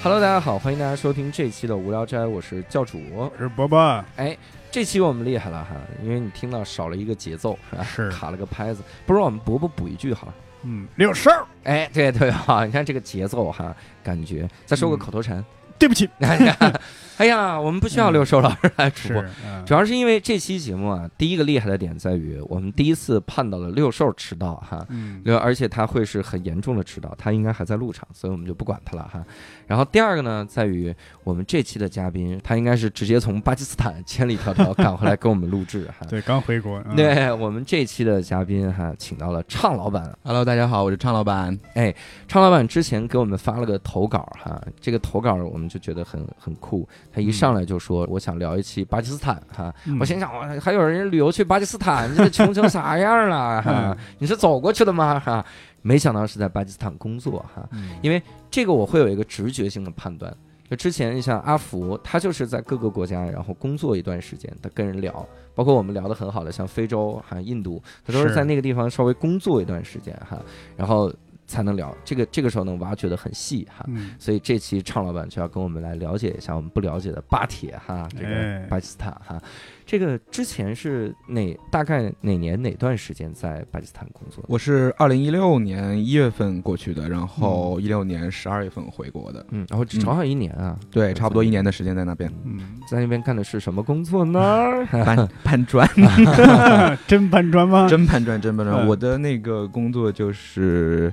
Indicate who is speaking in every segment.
Speaker 1: Hello，大家好，欢迎大家收听这一期的无聊斋，我是教主。哎
Speaker 2: 我是伯伯，
Speaker 1: 这期我们厉害了哈，因为你听到少了一个节奏，是吧？
Speaker 2: 是
Speaker 1: 卡了个拍子，不如我们伯伯补一句好了。
Speaker 2: 嗯，六十二，
Speaker 1: 哎，对对哈， 你看这个节奏哈，感觉再说个
Speaker 2: 嗯
Speaker 1: 口头禅。
Speaker 2: 对不起，
Speaker 1: 哎呀，哎呀，我们不需要六兽老师来主播，
Speaker 2: 嗯是，嗯
Speaker 1: 主要是因为这期节目啊，第一个厉害的点在于我们第一次判到了六兽迟到哈，
Speaker 2: 嗯，
Speaker 1: 对，而且他会是很严重的迟到，他应该还在路上，所以我们就不管他了哈。然后第二个呢，在于我们这期的嘉宾，他应该是直接从巴基斯坦 千里迢迢赶回来跟我们录制哈。
Speaker 2: 对，刚回国，嗯，
Speaker 1: 对我们这期的嘉宾哈，请到了畅老板。
Speaker 3: Hello，大家好，我是畅老板。
Speaker 1: 畅老板之前给我们发了个投稿哈，这个投稿我们就觉得很很酷。他一上来就说，我想聊一期巴基斯坦哈。
Speaker 2: 嗯
Speaker 1: 我心想，哇还有人旅游去巴基斯坦，你这穷成啥样了？哈
Speaker 2: 嗯，
Speaker 1: 你是走过去的吗？哈，没想到是在巴基斯坦工作哈。
Speaker 2: 嗯
Speaker 1: 因为这个我会有一个直觉性的判断。就之前你像阿福，他就是在各个国家然后工作一段时间，他跟人聊，包括我们聊得很好的像非洲哈、印度，他都是
Speaker 2: 是
Speaker 1: 在那个地方稍微工作一段时间哈，然后才能聊。这个这个时候能挖掘的很细哈。
Speaker 2: 嗯，
Speaker 1: 所以这期畅老板就要跟我们来了解一下我们不了解的巴铁哈，这个
Speaker 2: 哎
Speaker 1: 巴基斯坦哈，这个之前是哪大概哪年哪段时间在巴基斯坦工作？
Speaker 3: 我是二零一六年一月份过去的，然
Speaker 1: 嗯
Speaker 3: 后一六年十二月份回国的。
Speaker 1: 嗯，然后正好一年啊，
Speaker 3: 对，差不多一年的时间在 那边
Speaker 2: 嗯，
Speaker 1: 在那边干的是什么工作呢？
Speaker 3: 搬 搬砖，
Speaker 2: 真搬砖吗？
Speaker 3: 真搬砖，真搬砖。
Speaker 2: 嗯
Speaker 3: 我的那个工作就是，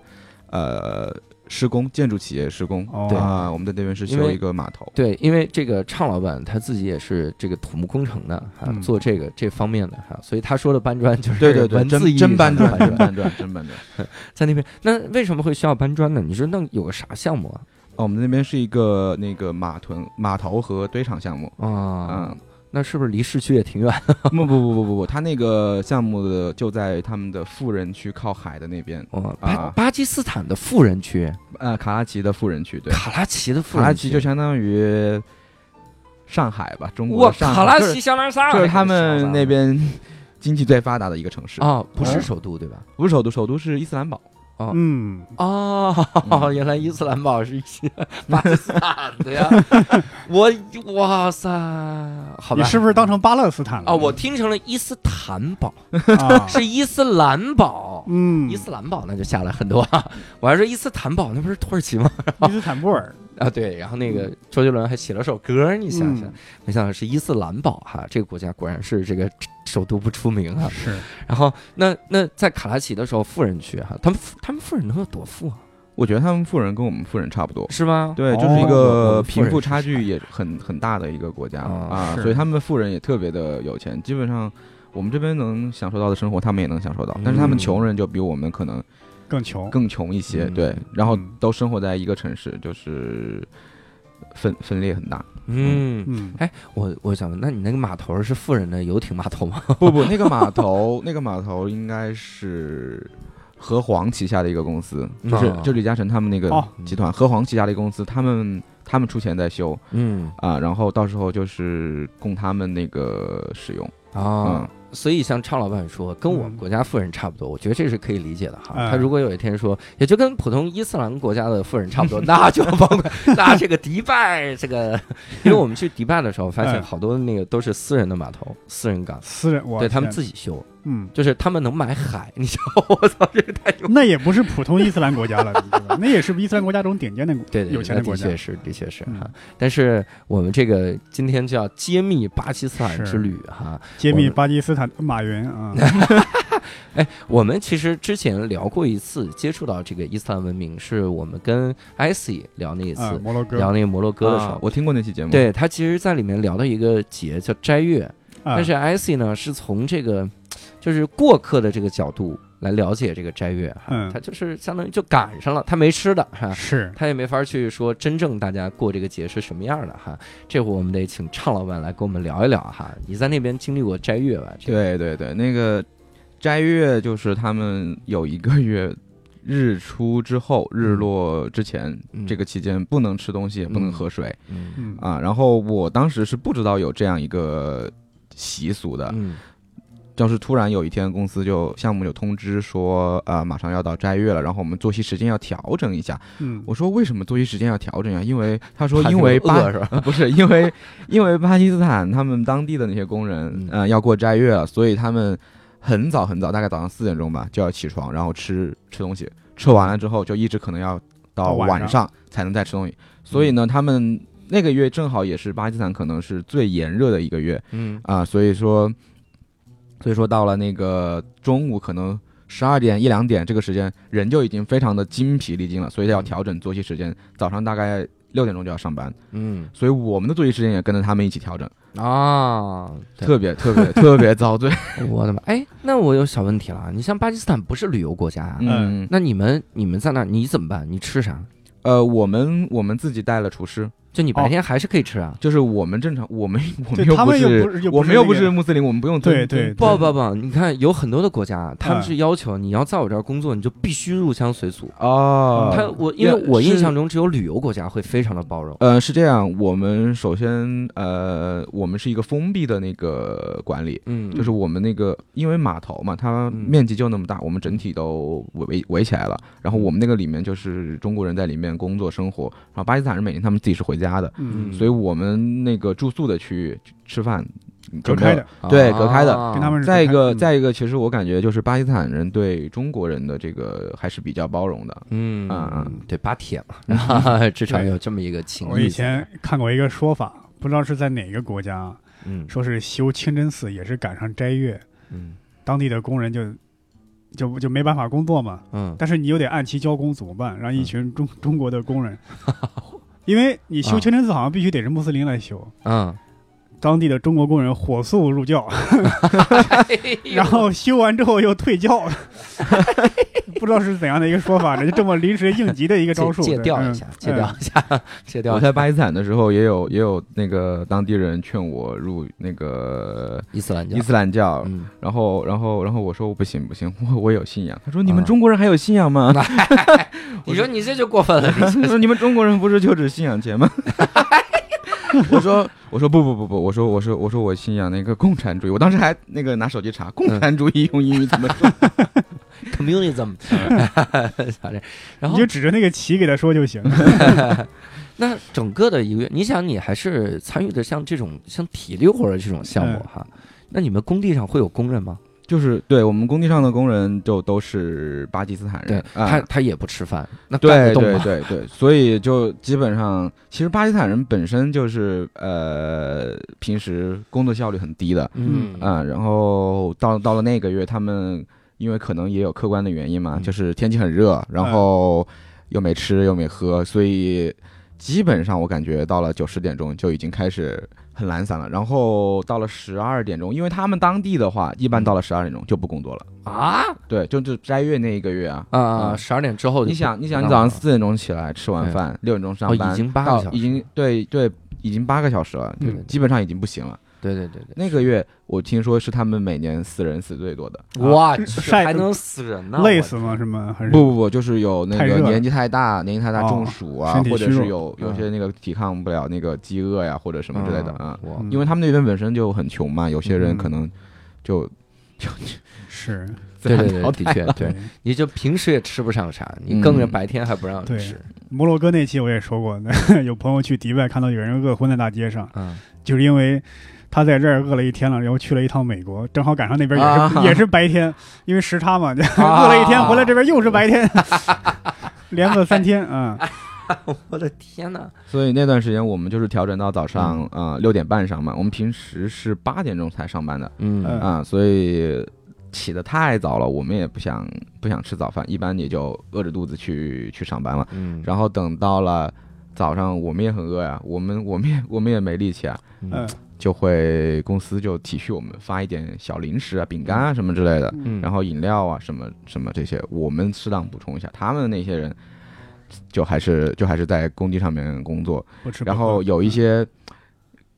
Speaker 3: 呃，施工，建筑企业施工。
Speaker 2: 哦
Speaker 3: 对啊，我们在那边是
Speaker 1: 因
Speaker 3: 修
Speaker 1: 为
Speaker 3: 一个码头。
Speaker 1: 对，因为这个畅老板他自己也是这个土木工程的哈，
Speaker 2: 嗯
Speaker 1: 做这个这方面的哈，所以他说的搬砖就是
Speaker 3: 对对对，
Speaker 1: 文字意
Speaker 3: 真
Speaker 1: 义
Speaker 3: 真
Speaker 1: 上
Speaker 3: 搬
Speaker 1: 的
Speaker 3: 砖，
Speaker 1: 砖
Speaker 3: 真搬砖， 真搬砖。
Speaker 1: 在那边。那为什么会需要搬砖呢？你说那有个啥项目啊？
Speaker 3: 哦，我们那边是一个那个码屯、码头和堆场项目。
Speaker 1: 啊，
Speaker 3: 嗯，
Speaker 1: 那是不是离市区也挺远？
Speaker 3: 不不不不不不，他那个项目的就在他们的富人区靠海的那边，
Speaker 1: 哦，巴
Speaker 3: 啊
Speaker 1: 巴基斯坦的富人区，
Speaker 3: 呃，卡拉奇的富人区，对，
Speaker 1: 卡拉奇的富
Speaker 3: 卡
Speaker 1: 人
Speaker 3: 拉
Speaker 1: 区，
Speaker 3: 奇就相当于上海吧，中国
Speaker 1: 哇，
Speaker 3: 的上海
Speaker 1: 卡拉
Speaker 3: 就是
Speaker 1: 奇香兰萨
Speaker 3: 就是他们那边 嗯经济最发达的一个城市，
Speaker 1: 啊，不是
Speaker 2: 哦
Speaker 1: 首都对吧？
Speaker 3: 不是首都，首都是伊斯兰堡，
Speaker 2: 嗯，
Speaker 1: 哦，
Speaker 3: 嗯
Speaker 1: 原来伊斯兰堡是巴基斯坦的 呀！我哇塞，好吧，
Speaker 2: 你是不是当成巴勒斯坦了
Speaker 1: 啊，我听成了伊斯坦堡，
Speaker 2: 啊
Speaker 1: 是伊斯兰堡。
Speaker 2: 嗯，
Speaker 1: 伊
Speaker 2: 伊
Speaker 1: 斯兰堡那就下来很多啊！我还说伊斯坦堡那不是土耳其吗？
Speaker 2: 斯坦布尔，
Speaker 1: 啊，对，然后那
Speaker 3: 嗯
Speaker 1: 个周杰伦还写了首歌，你想想
Speaker 2: 嗯，
Speaker 1: 没想到是伊斯兰堡哈，这个国家果然是这个首都不出名啊。
Speaker 2: 是
Speaker 1: 然后那那在卡拉奇的时候，富人区哈，他们富他们富人能有多富啊？
Speaker 3: 我觉得他们富人跟我们富人差不多。
Speaker 1: 是吗？
Speaker 2: 哦
Speaker 3: 对，就是一
Speaker 1: 我
Speaker 3: 个
Speaker 1: 们富人
Speaker 3: 贫富
Speaker 1: 是
Speaker 3: 差
Speaker 1: 啥
Speaker 3: 距也很很大的一个国家
Speaker 1: 哦
Speaker 3: 啊，
Speaker 2: 是
Speaker 3: 所以他们的富人也特别的有钱，基本上我们这边能享受到的生活，他们也能享受到，但是他
Speaker 1: 嗯
Speaker 3: 们穷人就比我们可能
Speaker 2: 更穷，
Speaker 3: 更穷一些，
Speaker 1: 嗯
Speaker 3: 对，然后
Speaker 2: 嗯
Speaker 3: 都生活在一个城市，就是分分裂很大。
Speaker 1: 嗯，
Speaker 2: 嗯，
Speaker 1: 我我想问，那你那个码头是富人的游艇码头吗？
Speaker 3: 不不，那个码头， 那个码头应该是和黄旗下的一个公司，就是
Speaker 1: 啊
Speaker 3: 就李嘉诚他们那个
Speaker 2: 哦
Speaker 3: 集团，和黄旗下的一个公司，他们他们出钱在修
Speaker 1: 嗯
Speaker 3: 啊，然后到时候就是供他们那个使用，
Speaker 1: 啊，
Speaker 3: 嗯，
Speaker 1: 所以像畅老板说，跟我们
Speaker 2: 嗯
Speaker 1: 国家富人差不多，我觉得这是可以理解的哈。
Speaker 2: 哎
Speaker 1: 他如果有一天说，也就跟普通伊斯兰国家的富人差不多，那就包括那这个迪拜这个， 因为我们去迪拜的时候发现
Speaker 2: 哎
Speaker 1: 好多那个都是私人的码头、私人港，
Speaker 2: 私人，我
Speaker 1: 对他们
Speaker 2: 天
Speaker 1: 自己修，
Speaker 2: 嗯，
Speaker 1: 就是他们能买海，你知道， 我操，这个太牛！
Speaker 2: 那也不是普通伊斯兰 国家了，你知道吧那也是伊斯兰国家中顶尖的
Speaker 1: 对对，
Speaker 2: 有钱的
Speaker 1: 那
Speaker 2: 国
Speaker 1: 的
Speaker 2: 家
Speaker 1: 确，是，的确是哈
Speaker 2: 嗯。
Speaker 1: 但是我们这个今天就要揭秘巴基斯坦
Speaker 2: 是
Speaker 1: 之旅哈。
Speaker 2: 揭
Speaker 1: 我
Speaker 2: 秘
Speaker 1: 们
Speaker 2: 巴基斯坦马云啊，
Speaker 1: 哎，我们其实之前聊过一次，接触到这个伊斯兰文明，是我们跟 IC 聊那一次，
Speaker 2: 啊摩洛哥
Speaker 1: 聊，那个摩洛哥的时候，
Speaker 3: 啊我听过那期节目，，
Speaker 1: 对他其实在里面聊到一个节叫斋月，
Speaker 2: 但
Speaker 1: 但是 IC 呢是从这个就是过客的这个角度来了解这个斋月哈，
Speaker 2: 嗯
Speaker 1: 他就是相当于就赶上了，他没吃的哈。
Speaker 2: 是
Speaker 1: 他也没法去说真正大家过这个节是什么样的哈，这会我们得请畅老板来跟我们聊一聊哈。你在那边经历过斋月吧？这个
Speaker 3: 对对对，那个斋月就是他们有一个月。日出之后，日落之前，
Speaker 1: 嗯
Speaker 3: 这个期间不能吃东西，也不
Speaker 1: 嗯
Speaker 3: 能喝水，啊
Speaker 1: 嗯
Speaker 2: 嗯
Speaker 3: 啊，然后我当时是不知道有这样一个习俗的，
Speaker 1: 嗯
Speaker 3: 要是突然有一天公司就项目有通知说，呃，马上要到斋月了，然后我们作息时间要调整一下。
Speaker 2: 嗯，
Speaker 3: 我说为什么作息时间要调整呀？因为他说
Speaker 1: 怕
Speaker 3: 因为
Speaker 1: 你们
Speaker 3: 巴
Speaker 1: 饿是吧？
Speaker 3: 呃不是因为因为巴基斯坦他们当地的那些工人
Speaker 1: 嗯，
Speaker 3: 呃，要过斋月了，所以他们很早很早，大概早上四点钟吧就要起床，然后吃吃东西，吃完了之后就一直可能要
Speaker 2: 到
Speaker 3: 到
Speaker 2: 晚
Speaker 3: 晚上才能再吃东西。所以
Speaker 1: 嗯
Speaker 3: 呢，他们那个月正好也是巴基斯坦可能是最炎热的一个月，
Speaker 1: 嗯，
Speaker 3: 啊，所以说，所以说到了那个中午，可能十二点一两点这个时间，人就已经非常的精疲力尽了，所以要
Speaker 2: 嗯
Speaker 3: 调整作息时间，早上大概六点钟就要上班，
Speaker 1: 嗯
Speaker 3: 所以我们的作息时间也跟着他们一起调整，
Speaker 1: 啊，对
Speaker 3: 嗯特别特别特别遭 罪。
Speaker 1: 我的妈！哎，那我有小问题了，你像巴基斯坦不是旅游国家呀、啊
Speaker 3: 嗯，
Speaker 1: 那你们你们在那儿你怎么办？你吃啥？
Speaker 3: 呃，我们我们自己带了厨师，
Speaker 1: 就你白
Speaker 2: 哦
Speaker 1: 天还是可以吃啊？
Speaker 3: 就是我们正常，我 们我
Speaker 2: 对
Speaker 3: 们又
Speaker 2: 他
Speaker 3: 不
Speaker 2: 们又不
Speaker 3: 是
Speaker 2: 是又不
Speaker 3: 我们又
Speaker 2: 那
Speaker 3: 不
Speaker 2: 个
Speaker 3: 是穆斯林，我们不用
Speaker 2: 对
Speaker 3: 遵
Speaker 2: 对
Speaker 1: 不不
Speaker 2: 对
Speaker 1: 不，你看有很多的国家，他们
Speaker 2: 嗯
Speaker 1: 是要求你要在我这儿工作，你就必须入乡随俗。
Speaker 3: 哦，
Speaker 2: 嗯
Speaker 1: 他我呃因为
Speaker 3: 对
Speaker 1: 我印
Speaker 3: 是
Speaker 1: 象中只有旅游国家会非常的包容。
Speaker 3: 呃，是这样，我们首先，呃，我们是一个封闭的那个管理，
Speaker 1: 嗯，
Speaker 3: 就是我们那个因为码头嘛，它
Speaker 1: 嗯
Speaker 3: 面积就那么大，我们整体都围围围起来了。
Speaker 2: 嗯
Speaker 3: 然后我们那个里面就是中国人在里面工作生活，然后巴基斯坦人每天他们自己是回家的，
Speaker 2: 嗯，
Speaker 3: 所以我们那个住宿的区域吃饭
Speaker 1: 嗯
Speaker 2: 隔开的，，
Speaker 3: 对隔开的
Speaker 1: 啊
Speaker 2: 跟他们是
Speaker 3: 再一个，
Speaker 2: 嗯
Speaker 3: 再一个，其实我感觉就是巴基斯坦人对中国人的这个还是比较包容的。
Speaker 1: 嗯
Speaker 3: 嗯
Speaker 1: 嗯
Speaker 3: 嗯
Speaker 1: 对巴铁嘛， 至少有这么一啊个情
Speaker 2: 我
Speaker 1: 谊
Speaker 2: 以
Speaker 1: 在。
Speaker 2: 前看过一个说法，不知道是在哪个国家啊，
Speaker 1: 嗯
Speaker 2: 说是修清真寺也是赶上斋月，
Speaker 1: 嗯
Speaker 2: 当地的工人就就就没办法工作嘛，
Speaker 1: 嗯
Speaker 2: 但是你又得按期交工，怎么办？让一群中、中国的工人，因为你修
Speaker 1: 啊
Speaker 2: 清真寺好像必须得是穆斯林来修，
Speaker 1: 嗯，
Speaker 2: 当地的中国工人火速入教，
Speaker 3: 哎
Speaker 2: 然后修完之后又退 教，不知道是怎样的一个说法呢？就这么临时应急的一个招数，
Speaker 1: 戒戒
Speaker 2: 对嗯
Speaker 1: 掉一下，戒掉。一下，戒掉
Speaker 3: 我
Speaker 1: 一下
Speaker 3: 在巴基斯坦的时候，也有也有那个当地人劝我入那个
Speaker 1: 伊斯兰教
Speaker 3: 伊。斯兰教，
Speaker 1: 嗯，
Speaker 3: 然后，然后，然后我说我不行不行，我 我有信仰。他说你们
Speaker 1: 啊
Speaker 3: 中国人还有信仰 吗？
Speaker 1: 你说你这就过分了， 你
Speaker 3: 他说你们中国人不是就只信仰钱吗？ 我说我说不不不不，我说我说我说我信仰那个共产主义。我当时还那个拿手机
Speaker 1: 嗯
Speaker 3: 查共产主义用英语怎么说。
Speaker 1: communism，咋这？然
Speaker 2: 你
Speaker 1: 后
Speaker 2: 就指着那个旗给他说就行。
Speaker 1: 那整个的一个月，你想你还是参与的像这种像体力活儿的这种项目
Speaker 2: 嗯
Speaker 1: 哈，那你们工地上会有工人吗？
Speaker 3: 就是对我们工地上的工人就都是巴基斯
Speaker 1: 呃
Speaker 3: 坦人，啊
Speaker 1: 他他也不吃饭，那干
Speaker 3: 对
Speaker 1: 得动
Speaker 3: 对
Speaker 1: 吗？
Speaker 3: 对对，所以就基本上，其实巴基斯坦人本身就是呃平时工作效率很低的，
Speaker 1: 嗯
Speaker 3: 啊，然后到到了那个月，他们因为可能也有客观的原因嘛，
Speaker 1: 嗯
Speaker 3: 就是天气很热，然后又没吃又没喝，所以基本上我感觉到了九十点钟就已经开始很懒散了。然后到了十二点钟，因为他们当地的话，一般
Speaker 1: 嗯
Speaker 3: 到了十二点钟就不工作了。
Speaker 1: 啊
Speaker 3: 对，就就斋月那一个月啊。
Speaker 1: 啊，
Speaker 3: 嗯
Speaker 1: 十二点之后就
Speaker 3: 你
Speaker 1: 不
Speaker 3: 想，你想，
Speaker 1: 不干
Speaker 3: 你早
Speaker 1: 了
Speaker 3: 上四点钟起来，吃完饭，六点钟
Speaker 1: 哦
Speaker 3: 上
Speaker 1: 已
Speaker 3: 班，
Speaker 1: 经八个
Speaker 3: 到
Speaker 1: 小嗯
Speaker 3: 已经对对，已经八个小时了，就
Speaker 1: 对对对
Speaker 3: 基本上已经不行了。
Speaker 1: 对对对对，
Speaker 3: 那个月我听说是他们每年死人死最多的，
Speaker 1: 哇，去
Speaker 2: 晒
Speaker 1: 还能死人呢，
Speaker 2: 累
Speaker 1: 我
Speaker 2: 死吗？什么还是
Speaker 3: 不不不，就是有那
Speaker 2: 太热
Speaker 3: 个
Speaker 2: 了
Speaker 3: 年纪太大、年纪太大
Speaker 2: 哦
Speaker 3: 中暑啊，
Speaker 2: 身体
Speaker 3: 或
Speaker 2: 虚
Speaker 3: 者是
Speaker 2: 弱
Speaker 3: 有有
Speaker 1: 嗯
Speaker 3: 些那个抵抗不了那个饥饿呀，或者什么之类的啊。
Speaker 1: 我
Speaker 2: 嗯
Speaker 3: 因为他们那边本身就很穷嘛，有些人
Speaker 2: 嗯
Speaker 3: 可能就
Speaker 2: 是
Speaker 3: 自
Speaker 1: 对
Speaker 3: 然
Speaker 1: 对对，
Speaker 3: 淘
Speaker 1: 的
Speaker 3: 汰
Speaker 1: 确
Speaker 3: 了
Speaker 1: 对，你就平时也吃不上啥，你
Speaker 3: 嗯
Speaker 1: 更是白天还不让
Speaker 2: 对
Speaker 1: 吃，
Speaker 2: 摩洛哥那期我也说过，那 有朋友去迪拜看到有人饿昏在大街上，
Speaker 1: 嗯，
Speaker 2: 就是因为他在这儿饿了一天了，然后去了一趟美国，正好赶上那边也是、
Speaker 3: 啊
Speaker 2: 也是白天，因为时差嘛， 饿了一天回来这边又是白 天，连饿三天啊、嗯
Speaker 1: 我的天哪，
Speaker 3: 所以那段时间我们就是调整到早上
Speaker 2: 嗯
Speaker 3: 啊六点半上班，我们平时是八点钟才上班的
Speaker 1: 嗯
Speaker 2: 嗯
Speaker 3: 啊，所以起得太早了，我们也不想不想吃早饭，一般也就饿着肚子去去上班了。
Speaker 1: 嗯，
Speaker 3: 然后等到了早上，我们也很饿呀，我们我们也我们也没力气啊，
Speaker 1: 嗯
Speaker 2: 嗯
Speaker 3: 就会公司就体恤我们发一点小零食啊、饼干啊什么之类的，
Speaker 1: 嗯，
Speaker 3: 然后饮料啊什么什么这些，我们适当补充一下。他们那些人就还是就还是在工地上面工作，
Speaker 2: 不吃不喝。嗯
Speaker 3: 然后有一些。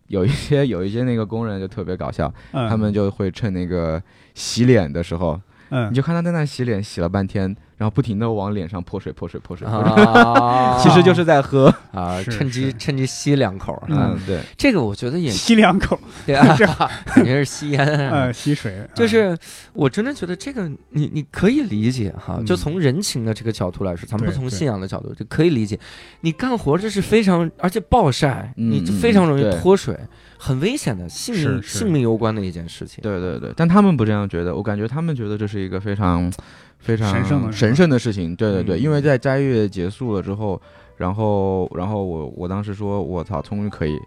Speaker 3: 有一些有一些那个工人就特别搞笑，
Speaker 2: 嗯
Speaker 3: 他们就会趁那个洗脸的时候，
Speaker 2: 嗯
Speaker 3: 你就看他在那洗脸，洗了半天，然后不停的往脸上泼水泼水泼水，泼水
Speaker 1: 啊，
Speaker 3: 其实就是在喝。
Speaker 1: 啊，
Speaker 2: 是
Speaker 1: 趁机
Speaker 2: 是
Speaker 1: 趁机吸两口儿啊
Speaker 3: 嗯，，对，
Speaker 1: 这个我觉 得也
Speaker 2: 吸两口，
Speaker 1: 对啊， 肯定是吸烟啊
Speaker 3: 嗯
Speaker 2: 呃，。吸水，
Speaker 1: 就是我真的觉得这个你你可以理解哈，
Speaker 3: 嗯
Speaker 1: 就从人情的这个角度来说，咱们不
Speaker 2: 对
Speaker 1: 从
Speaker 2: 对
Speaker 1: 信仰的角度就可以理解。你干活这是非常而且暴晒，
Speaker 3: 嗯
Speaker 1: 你就
Speaker 3: 嗯
Speaker 1: 非常容易
Speaker 3: 对
Speaker 1: 脱水，很危险的性命
Speaker 2: 是是
Speaker 1: 性命攸关的一件事情。
Speaker 3: 对对对，但他们不这样觉得，我感觉他们觉得这是一个非常非常
Speaker 2: 神圣的事
Speaker 3: 神圣的事情。对对对，
Speaker 2: 嗯
Speaker 3: 因为在斋月结束了之后，然后然后我我当时说，我操，终于可以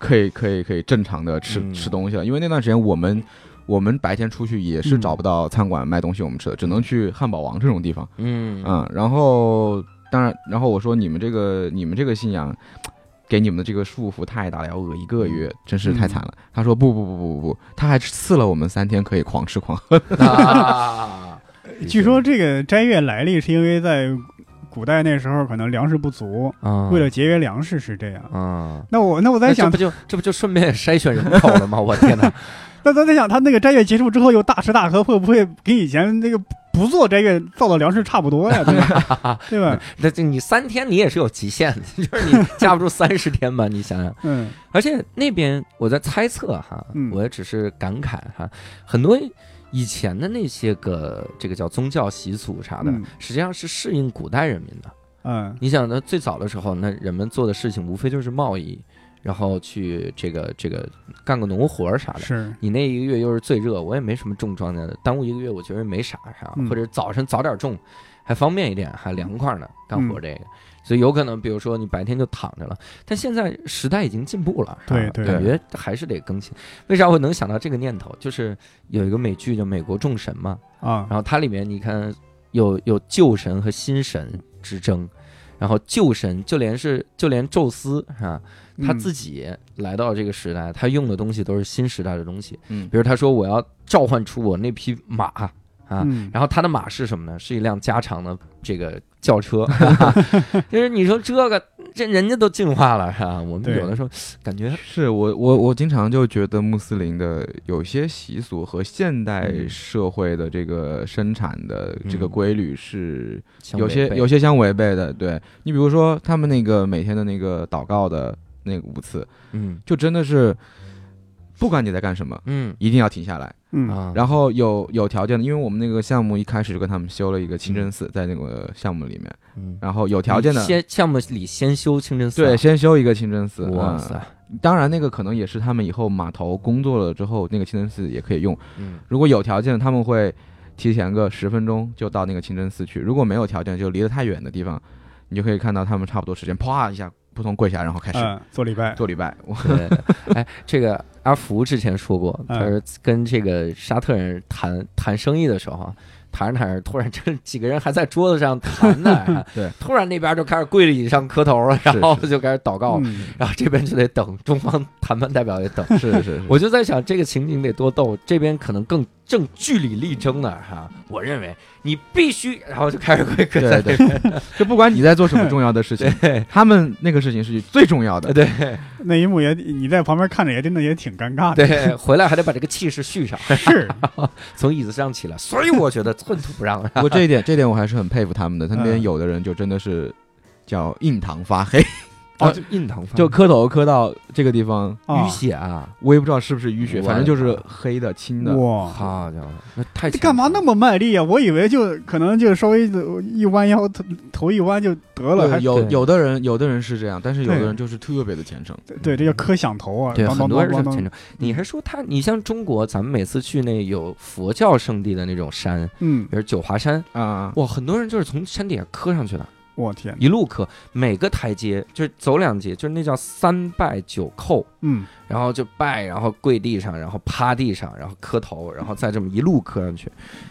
Speaker 3: 可以可以可以正常的吃、
Speaker 1: 嗯
Speaker 3: 吃东西了，因为那段时间我们。我们白天出去也是
Speaker 2: 嗯
Speaker 3: 找不到餐馆卖东西，我们吃的、只能去汉堡王这种地方。
Speaker 1: 嗯
Speaker 3: 嗯，然后当然，然后我说你们这个你们这个信仰，给你们的这个束缚太大了，要饿一个月，真是太惨了。他说不不不不不不，他还赐了我们三天可以狂吃狂 喝。
Speaker 1: 啊，
Speaker 2: 据说这个斋月来历是因为在古代那时候可能粮食不足，
Speaker 1: 啊
Speaker 2: 为了节约粮食是这样。
Speaker 1: 啊，
Speaker 2: 那我那我在
Speaker 1: 那
Speaker 2: 想
Speaker 1: 这不，就这不就顺便筛选人口了吗？我天哪！
Speaker 2: 那咱在想，他那个斋月结束之后又大吃大喝，会不会跟以前那个不做斋月造的粮食差不多呀？对吧？ 对吧？
Speaker 1: 那这你三天你也是有极限的， 就是你架不住三十天吧，你想想。
Speaker 2: 嗯
Speaker 1: 而且那边我在猜测哈，
Speaker 2: 嗯
Speaker 1: 我也只是感慨哈，很多以前的那些个这个叫宗教习俗啥的，
Speaker 2: 嗯
Speaker 1: 实际上是适应古代人民的。
Speaker 2: 嗯，
Speaker 1: 你想呢，最早的时候，那人们做的事情无非就是贸易，然后去这个这个干个农活儿啥的。
Speaker 2: 是
Speaker 1: 你那一个月又是最热，我也没什么种庄稼的，耽误一个月我觉得没啥啥，
Speaker 2: 嗯
Speaker 1: 或者早晨早点种，还方便一点，还凉快呢，干
Speaker 2: 嗯
Speaker 1: 活这个。所以有可能，比如说你白天就躺着了，但现在时代已经进步了，是吧
Speaker 2: 对对
Speaker 1: 感觉还是得更新。为啥我能想到这个念头？就是有一个美剧叫《美国众神》嘛，
Speaker 2: 啊
Speaker 1: 然，后它里面你看有有旧神和新神之争，然后旧神就连是就连宙斯啊，他
Speaker 2: 嗯
Speaker 1: 自己来到这个时代，他用的东西都是新时代的东西，
Speaker 3: 嗯
Speaker 1: 比如他说我要召唤出我那匹马啊，
Speaker 2: 嗯
Speaker 1: 然后他的马是什么呢？是一辆加长的这个轿 车，就是你说这个这人家都进化了是吧、我们
Speaker 2: 对
Speaker 1: 有的时候感觉
Speaker 3: 是我我我经常就觉得穆斯林的有些习俗和现代
Speaker 1: 嗯
Speaker 3: 社会的这个生产的这个
Speaker 1: 嗯
Speaker 3: 规律是
Speaker 1: 相
Speaker 3: 有
Speaker 1: 违
Speaker 3: 些
Speaker 1: 背
Speaker 3: 有些相违背的。对你比如说他们那个每天的那个祷告的那个五次，
Speaker 1: 嗯
Speaker 3: 就真的是不管你在干什么，
Speaker 1: 嗯
Speaker 3: 一定要停下来。
Speaker 2: 嗯
Speaker 1: 啊，
Speaker 3: 然后有有条件的，因为我们那个项目一开始就跟他们修了一个清真寺，在那个项目里面，
Speaker 1: 嗯
Speaker 3: 然后有条件的。
Speaker 1: 先项目里先修清真寺啊、
Speaker 3: 对，先修一个清真寺。
Speaker 1: 哇
Speaker 3: 嗯
Speaker 1: 塞，
Speaker 3: 当然那个可能也是他们以后码头工作了之后，那个清真寺也可以用。
Speaker 1: 嗯
Speaker 3: 如果有条件，他们会提前个十分钟就到那个清真寺去；如果没有条件，就离得太远的地方，你就可以看到他们差不多时间，啪一下扑通跪下，然后开始
Speaker 2: 嗯，做礼拜，
Speaker 3: 做礼拜。 我
Speaker 1: 对，哎，这个阿福之前说过，他
Speaker 2: 嗯
Speaker 1: 说跟这个沙特人谈谈生意的时候啊，谈着谈着，突然这几个人还在桌子上谈呢， 哎
Speaker 3: 对，
Speaker 1: 突然那边就开始跪地上磕头了，然后就开始祷告，
Speaker 2: 嗯
Speaker 1: 然后这边就得等，中方谈判代表也等。
Speaker 3: 是是
Speaker 2: 嗯
Speaker 3: 是，
Speaker 1: 我就在想，这个情景得多逗，这边可能更正据理力争呢，哈、我认为你必须，然后就开始跪磕在
Speaker 3: 对
Speaker 1: 那
Speaker 3: 对
Speaker 1: 边，
Speaker 3: 就不管你在做什么重要的事情，他们那个事情是最重要的。
Speaker 1: 对
Speaker 2: 那一幕也你在旁边看着也真的也挺尴尬的，
Speaker 1: 对，回来还得把这个气势续上，
Speaker 2: 是，
Speaker 1: 从椅子上起来，所以我觉得寸土不让，
Speaker 3: 不过这一点，这一点我还是很佩服他们的。他那边
Speaker 2: 嗯
Speaker 3: 有的人就真的是叫印堂发黑，
Speaker 1: 哦，就印堂发
Speaker 3: 就磕头磕到这个地方，
Speaker 2: 啊
Speaker 1: 淤血啊！
Speaker 3: 我也不知道是不是淤血，
Speaker 1: 我
Speaker 3: 反正就是黑的、青的。
Speaker 2: 哇。
Speaker 1: 好家伙，那太
Speaker 2: 这干嘛那
Speaker 1: 么
Speaker 2: 么卖力啊？我以为就可能就稍微一弯腰，头头一弯就得了，还
Speaker 3: 对，有
Speaker 1: 对
Speaker 3: 有的人有的人是这样，但是有的
Speaker 2: 对
Speaker 3: 人就是特别的虔诚。
Speaker 2: 对，这叫磕响头啊！
Speaker 1: 对，
Speaker 2: 当当
Speaker 1: 很多人
Speaker 2: 当
Speaker 1: 是
Speaker 2: 当
Speaker 1: 虔诚。
Speaker 2: 嗯
Speaker 1: 你还说他，你像中国，咱们每次去那有佛教圣地的那种山，
Speaker 2: 嗯，
Speaker 1: 比如九华山，
Speaker 3: 啊，
Speaker 1: 哇，很多人就是从山底下磕上去的，
Speaker 2: 我天，
Speaker 1: 一路磕，每个台阶就是走两阶，就是那叫三拜九叩，
Speaker 2: 嗯，
Speaker 1: 然后就拜，然后跪地上，然后趴地上，然后磕头，然后再这么一路磕上去。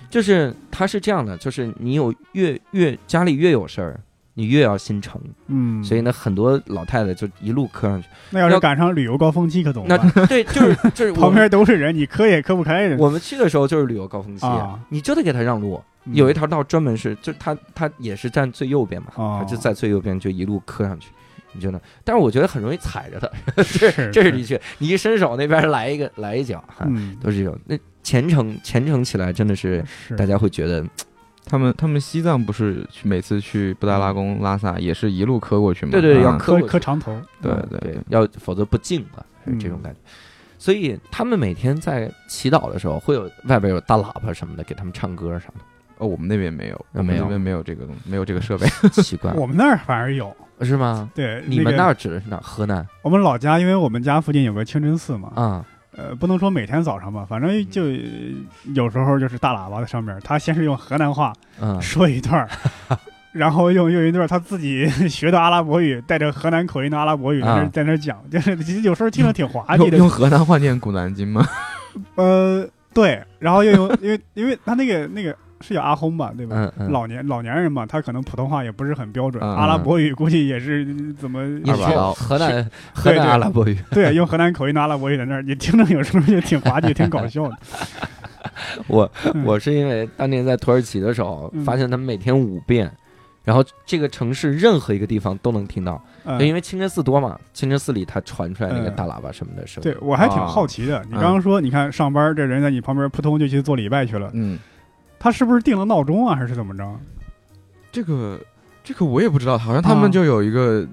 Speaker 1: 就是它是这样的，就是你有越越家里越有事儿，你越要心诚。
Speaker 2: 嗯，
Speaker 1: 所以呢，很多老太太就一路磕上去。
Speaker 2: 那要是
Speaker 1: 要
Speaker 2: 赶上旅游高峰期可怎么
Speaker 1: 那
Speaker 2: 办？
Speaker 1: 对，就是就是我
Speaker 2: 旁
Speaker 1: 们
Speaker 2: 边都是人，你磕也磕不开。
Speaker 1: 我们去 的时候就是旅游高峰期，
Speaker 2: 啊
Speaker 1: 你就得给他让路。
Speaker 2: 嗯
Speaker 1: 有一条道专门是，就他他也是站最右边嘛，
Speaker 2: 哦
Speaker 1: 他就在最右边就一路磕上去。你觉得？但是我觉得很容易踩着他，这
Speaker 2: 是
Speaker 1: 这是
Speaker 2: 是
Speaker 1: 的确，你一伸手那边来一个 来一脚，哈
Speaker 2: 嗯，
Speaker 1: 都是这种。那虔诚虔诚起来真的是
Speaker 2: 是
Speaker 1: 大家会觉得嗯
Speaker 3: 他们他们西藏不是去每次去布达拉宫、拉萨也是一路磕过去吗？
Speaker 1: 对对，要
Speaker 3: 嗯
Speaker 1: 磕
Speaker 2: 磕
Speaker 1: 过去
Speaker 2: 磕长头，
Speaker 3: 对
Speaker 1: 嗯
Speaker 3: 对对
Speaker 1: 要否则不敬嘛，是
Speaker 2: 嗯
Speaker 1: 这种感觉。所以他们每天在祈祷的时候，会有外边有大喇叭什么的给他们唱歌啥
Speaker 3: 哦，我们那边没有，
Speaker 1: 那
Speaker 3: 我们
Speaker 1: 没有
Speaker 3: 那边没有这个东，没有这个设备。
Speaker 1: 的，奇怪
Speaker 2: 我们那儿反而有。
Speaker 1: 是吗？
Speaker 2: 对，
Speaker 1: 你们
Speaker 2: 个
Speaker 1: 那儿指的是哪儿？河南
Speaker 2: 我们老家，因为我们家附近有个清真寺嘛，
Speaker 1: 啊？嗯
Speaker 2: 呃，不能说每天早上吧，反正就呃有时候就是大喇叭在上面，他先是用河南话
Speaker 1: 嗯，
Speaker 2: 说 一段儿，然后用用一段儿他自己 学的阿拉伯语，带着河南口音的阿拉伯语在那儿、
Speaker 1: 啊
Speaker 2: 在那儿讲，就是其实有时候听着挺滑稽
Speaker 3: 用
Speaker 2: 的。
Speaker 3: 用河南话念古兰经吗？
Speaker 2: 呃，对，然后又 用，因为因为他那个那个是叫阿訇吧，对吧？
Speaker 1: 嗯嗯
Speaker 2: 老年老年人嘛，他可能普通话也不是很标准，
Speaker 3: 嗯
Speaker 2: 阿拉伯语估计也是嗯怎么
Speaker 1: 你
Speaker 3: 二把
Speaker 1: 说
Speaker 3: 刀
Speaker 1: 河南河
Speaker 2: 对对
Speaker 1: 南阿拉伯语，
Speaker 2: 对，用河南口音的阿拉伯语在那儿，你听着有时候就挺滑稽，挺搞 笑的。
Speaker 1: 我
Speaker 2: 嗯
Speaker 1: 我是因为当年在土耳其的时候，
Speaker 2: 嗯
Speaker 1: 发现他们每天五遍，然后这个城市任何一个地方都能听到，
Speaker 2: 嗯
Speaker 3: 哎
Speaker 1: 就因为清真寺多嘛，清真寺里它传出来
Speaker 3: 嗯
Speaker 1: 那个大喇叭什么的声音
Speaker 2: 对，我还
Speaker 3: 啊
Speaker 2: 挺好奇的。你刚刚说，你看上班这人在你旁边扑通就去做礼拜去了，
Speaker 3: 嗯，
Speaker 2: 他是不是定了闹钟啊，还是怎么着？
Speaker 3: 这个这个我也不知道，好像他们
Speaker 2: 啊
Speaker 3: 就有一个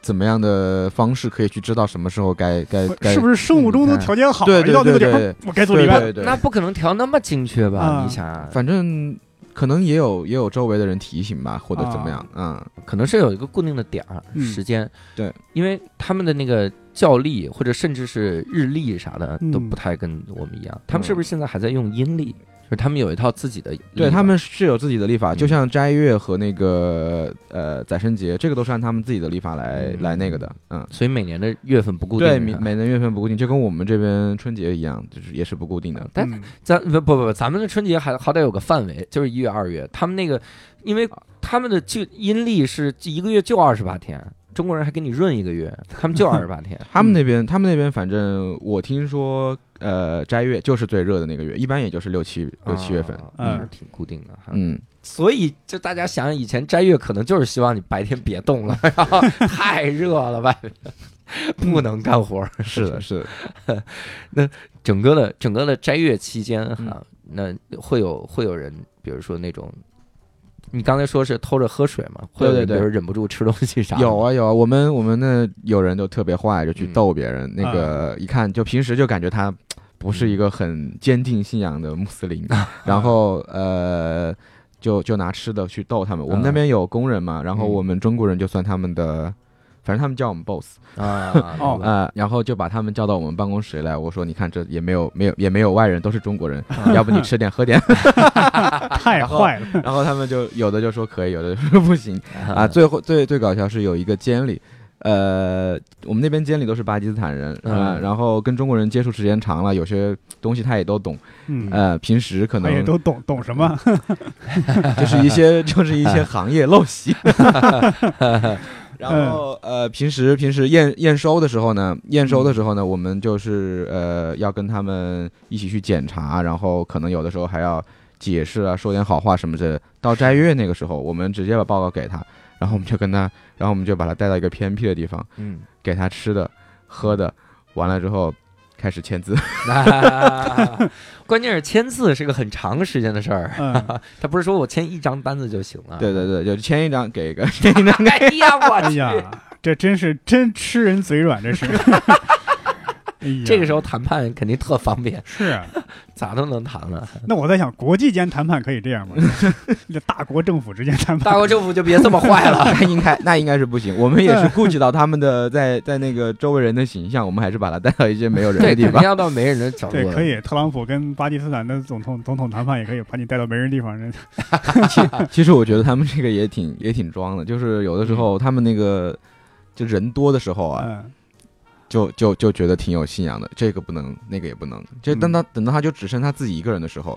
Speaker 3: 怎么样的方式可以去知道什么时候该该呃该嗯
Speaker 2: 是不是生物钟都调节好啊
Speaker 3: 对
Speaker 2: 了？
Speaker 3: 对
Speaker 2: 一到那个点
Speaker 3: 对对
Speaker 2: 儿， 我该做礼拜了。
Speaker 3: 对对对嗯
Speaker 1: 那不可能调那么精确吧？
Speaker 2: 啊
Speaker 1: 你想，
Speaker 3: 反正可能也有也有周围的人提醒吧，或者怎么样，嗯，
Speaker 1: 可能是有一个固定的点儿、
Speaker 2: 嗯
Speaker 1: 时间，
Speaker 3: 对，
Speaker 1: 因为他们的那个教历或者甚至是日历啥的
Speaker 2: 嗯
Speaker 1: 都不太跟我们一
Speaker 3: 嗯
Speaker 1: 样，他们是不是现在还在用阴历？就是他们有一套自己的历啊法，
Speaker 3: 对他们是有自己的历法，
Speaker 1: 嗯
Speaker 3: 就像斋月和那个呃宰生节，这个都是按他们自己的历法来、
Speaker 1: 嗯
Speaker 3: 来那个的，嗯，
Speaker 1: 所以每年的月份不固定是
Speaker 3: 对，
Speaker 1: 吧，
Speaker 3: 每每年月份不固定，就跟我们这边春节一样，就是也是不固定的。
Speaker 1: 但
Speaker 2: 嗯
Speaker 1: 咱不不不，咱们的春节还好歹有个范围，就是一月二月。他们那个，因为他们的就阴历是一个月就二十八天，中国人还给你闰一个月，他们就二十八 天。
Speaker 3: 他们那边，他们那边，反正我听说，呃，斋月就是最热的那个月，一般也就是六七六七月份。
Speaker 1: 啊
Speaker 2: 嗯
Speaker 1: 还是挺固定的哈。
Speaker 3: 嗯，
Speaker 1: 所以就大家想，以前斋月可能就是希望你白天别动 了，然后太热了，外面不能干活儿。
Speaker 3: 是的，是的，
Speaker 1: 整个的整个的斋月期间哈
Speaker 3: 嗯，
Speaker 1: 那会有会有人，比如说那种。你刚才说是偷着喝水嘛？会有
Speaker 3: 对
Speaker 1: 人比
Speaker 3: 对对
Speaker 1: 如忍不住吃东西啥的吗
Speaker 3: 有啊有啊，我们我们那有人就特别坏，就去
Speaker 1: 嗯
Speaker 3: 逗别人。那个一看就平时就感觉他不
Speaker 1: 嗯
Speaker 3: 是一个很坚定信仰的穆斯林，
Speaker 1: 啊
Speaker 3: 然后呃。就就拿吃的去逗他们，我们那
Speaker 1: 嗯
Speaker 3: 边有工人嘛，然后
Speaker 1: 嗯
Speaker 3: 我们中国人就算他们的，反正他们叫我们 boss，
Speaker 1: 啊，
Speaker 2: 哦
Speaker 3: 啊，然后就把他们叫到我们办公室来。我说，你看这也没有没有也没有外人，都是中国人，要不你吃点喝点。
Speaker 2: 太坏了。
Speaker 3: 然后他们就有的就说可以，有的就说不行
Speaker 1: 嗯
Speaker 3: 啊。最后最最搞笑是有一个监理，呃，我们那边监理都是巴基斯坦人啊、呃
Speaker 1: 嗯
Speaker 3: 然后跟中国人接触时间长了，有些东西他也都懂，
Speaker 2: 嗯，
Speaker 3: 呃，平时可
Speaker 2: 哎呀，
Speaker 3: 能
Speaker 2: 都懂懂什 么？
Speaker 3: 就是一些 就是一些行业陋习。 然后呃，平时平时验验收的时候呢，验收的时候呢，我们就是呃要跟他们一起去检查，然后可能有的时候还要解释啊，说点好话什么之类的。到斋月那个时候，我们直接把报告给他，然后我们就跟他，然后我们就把他带到一个偏僻的地方，
Speaker 1: 嗯，
Speaker 3: 给他吃的、喝的，完了之后开始签字。
Speaker 1: 啊关键是签字是个很长时间的事儿，
Speaker 2: 嗯，
Speaker 1: 他不是说我签一张单子就行了。
Speaker 3: 对对对，就签一张给一个， 签一张 给
Speaker 1: 哎呀，我
Speaker 2: 哎
Speaker 1: 去！
Speaker 2: 呀，这真是真吃人嘴软，这是。哎呀，
Speaker 1: 这个时候谈判肯定特方便，
Speaker 2: 是啊。
Speaker 1: 咋都能谈了。
Speaker 2: 那我在想，国际间谈判可以这样吗？这大国政府之间谈
Speaker 1: 大
Speaker 2: 判，
Speaker 1: 国政府就别这么坏 了。
Speaker 3: 那 应该那应该是不行，我们也是顾及到他们的在在那个周围人的形象，我们还是把他带到一些没有人
Speaker 1: 对，
Speaker 3: 的地
Speaker 1: 肯定
Speaker 3: 方。
Speaker 1: 要到没人的角度
Speaker 2: 对，。可。以。特朗普跟巴基斯坦的总统总统谈判也可以把你带到没人地方，人
Speaker 3: 其实我觉得他们这个也挺也挺装的，就是有的时候他们那个就人多的时候啊，
Speaker 2: 嗯
Speaker 3: 就就就觉得挺有信仰的，这个不能，那个也不能。就
Speaker 2: 嗯
Speaker 3: 等到等到他就只剩他自己一个人的时候，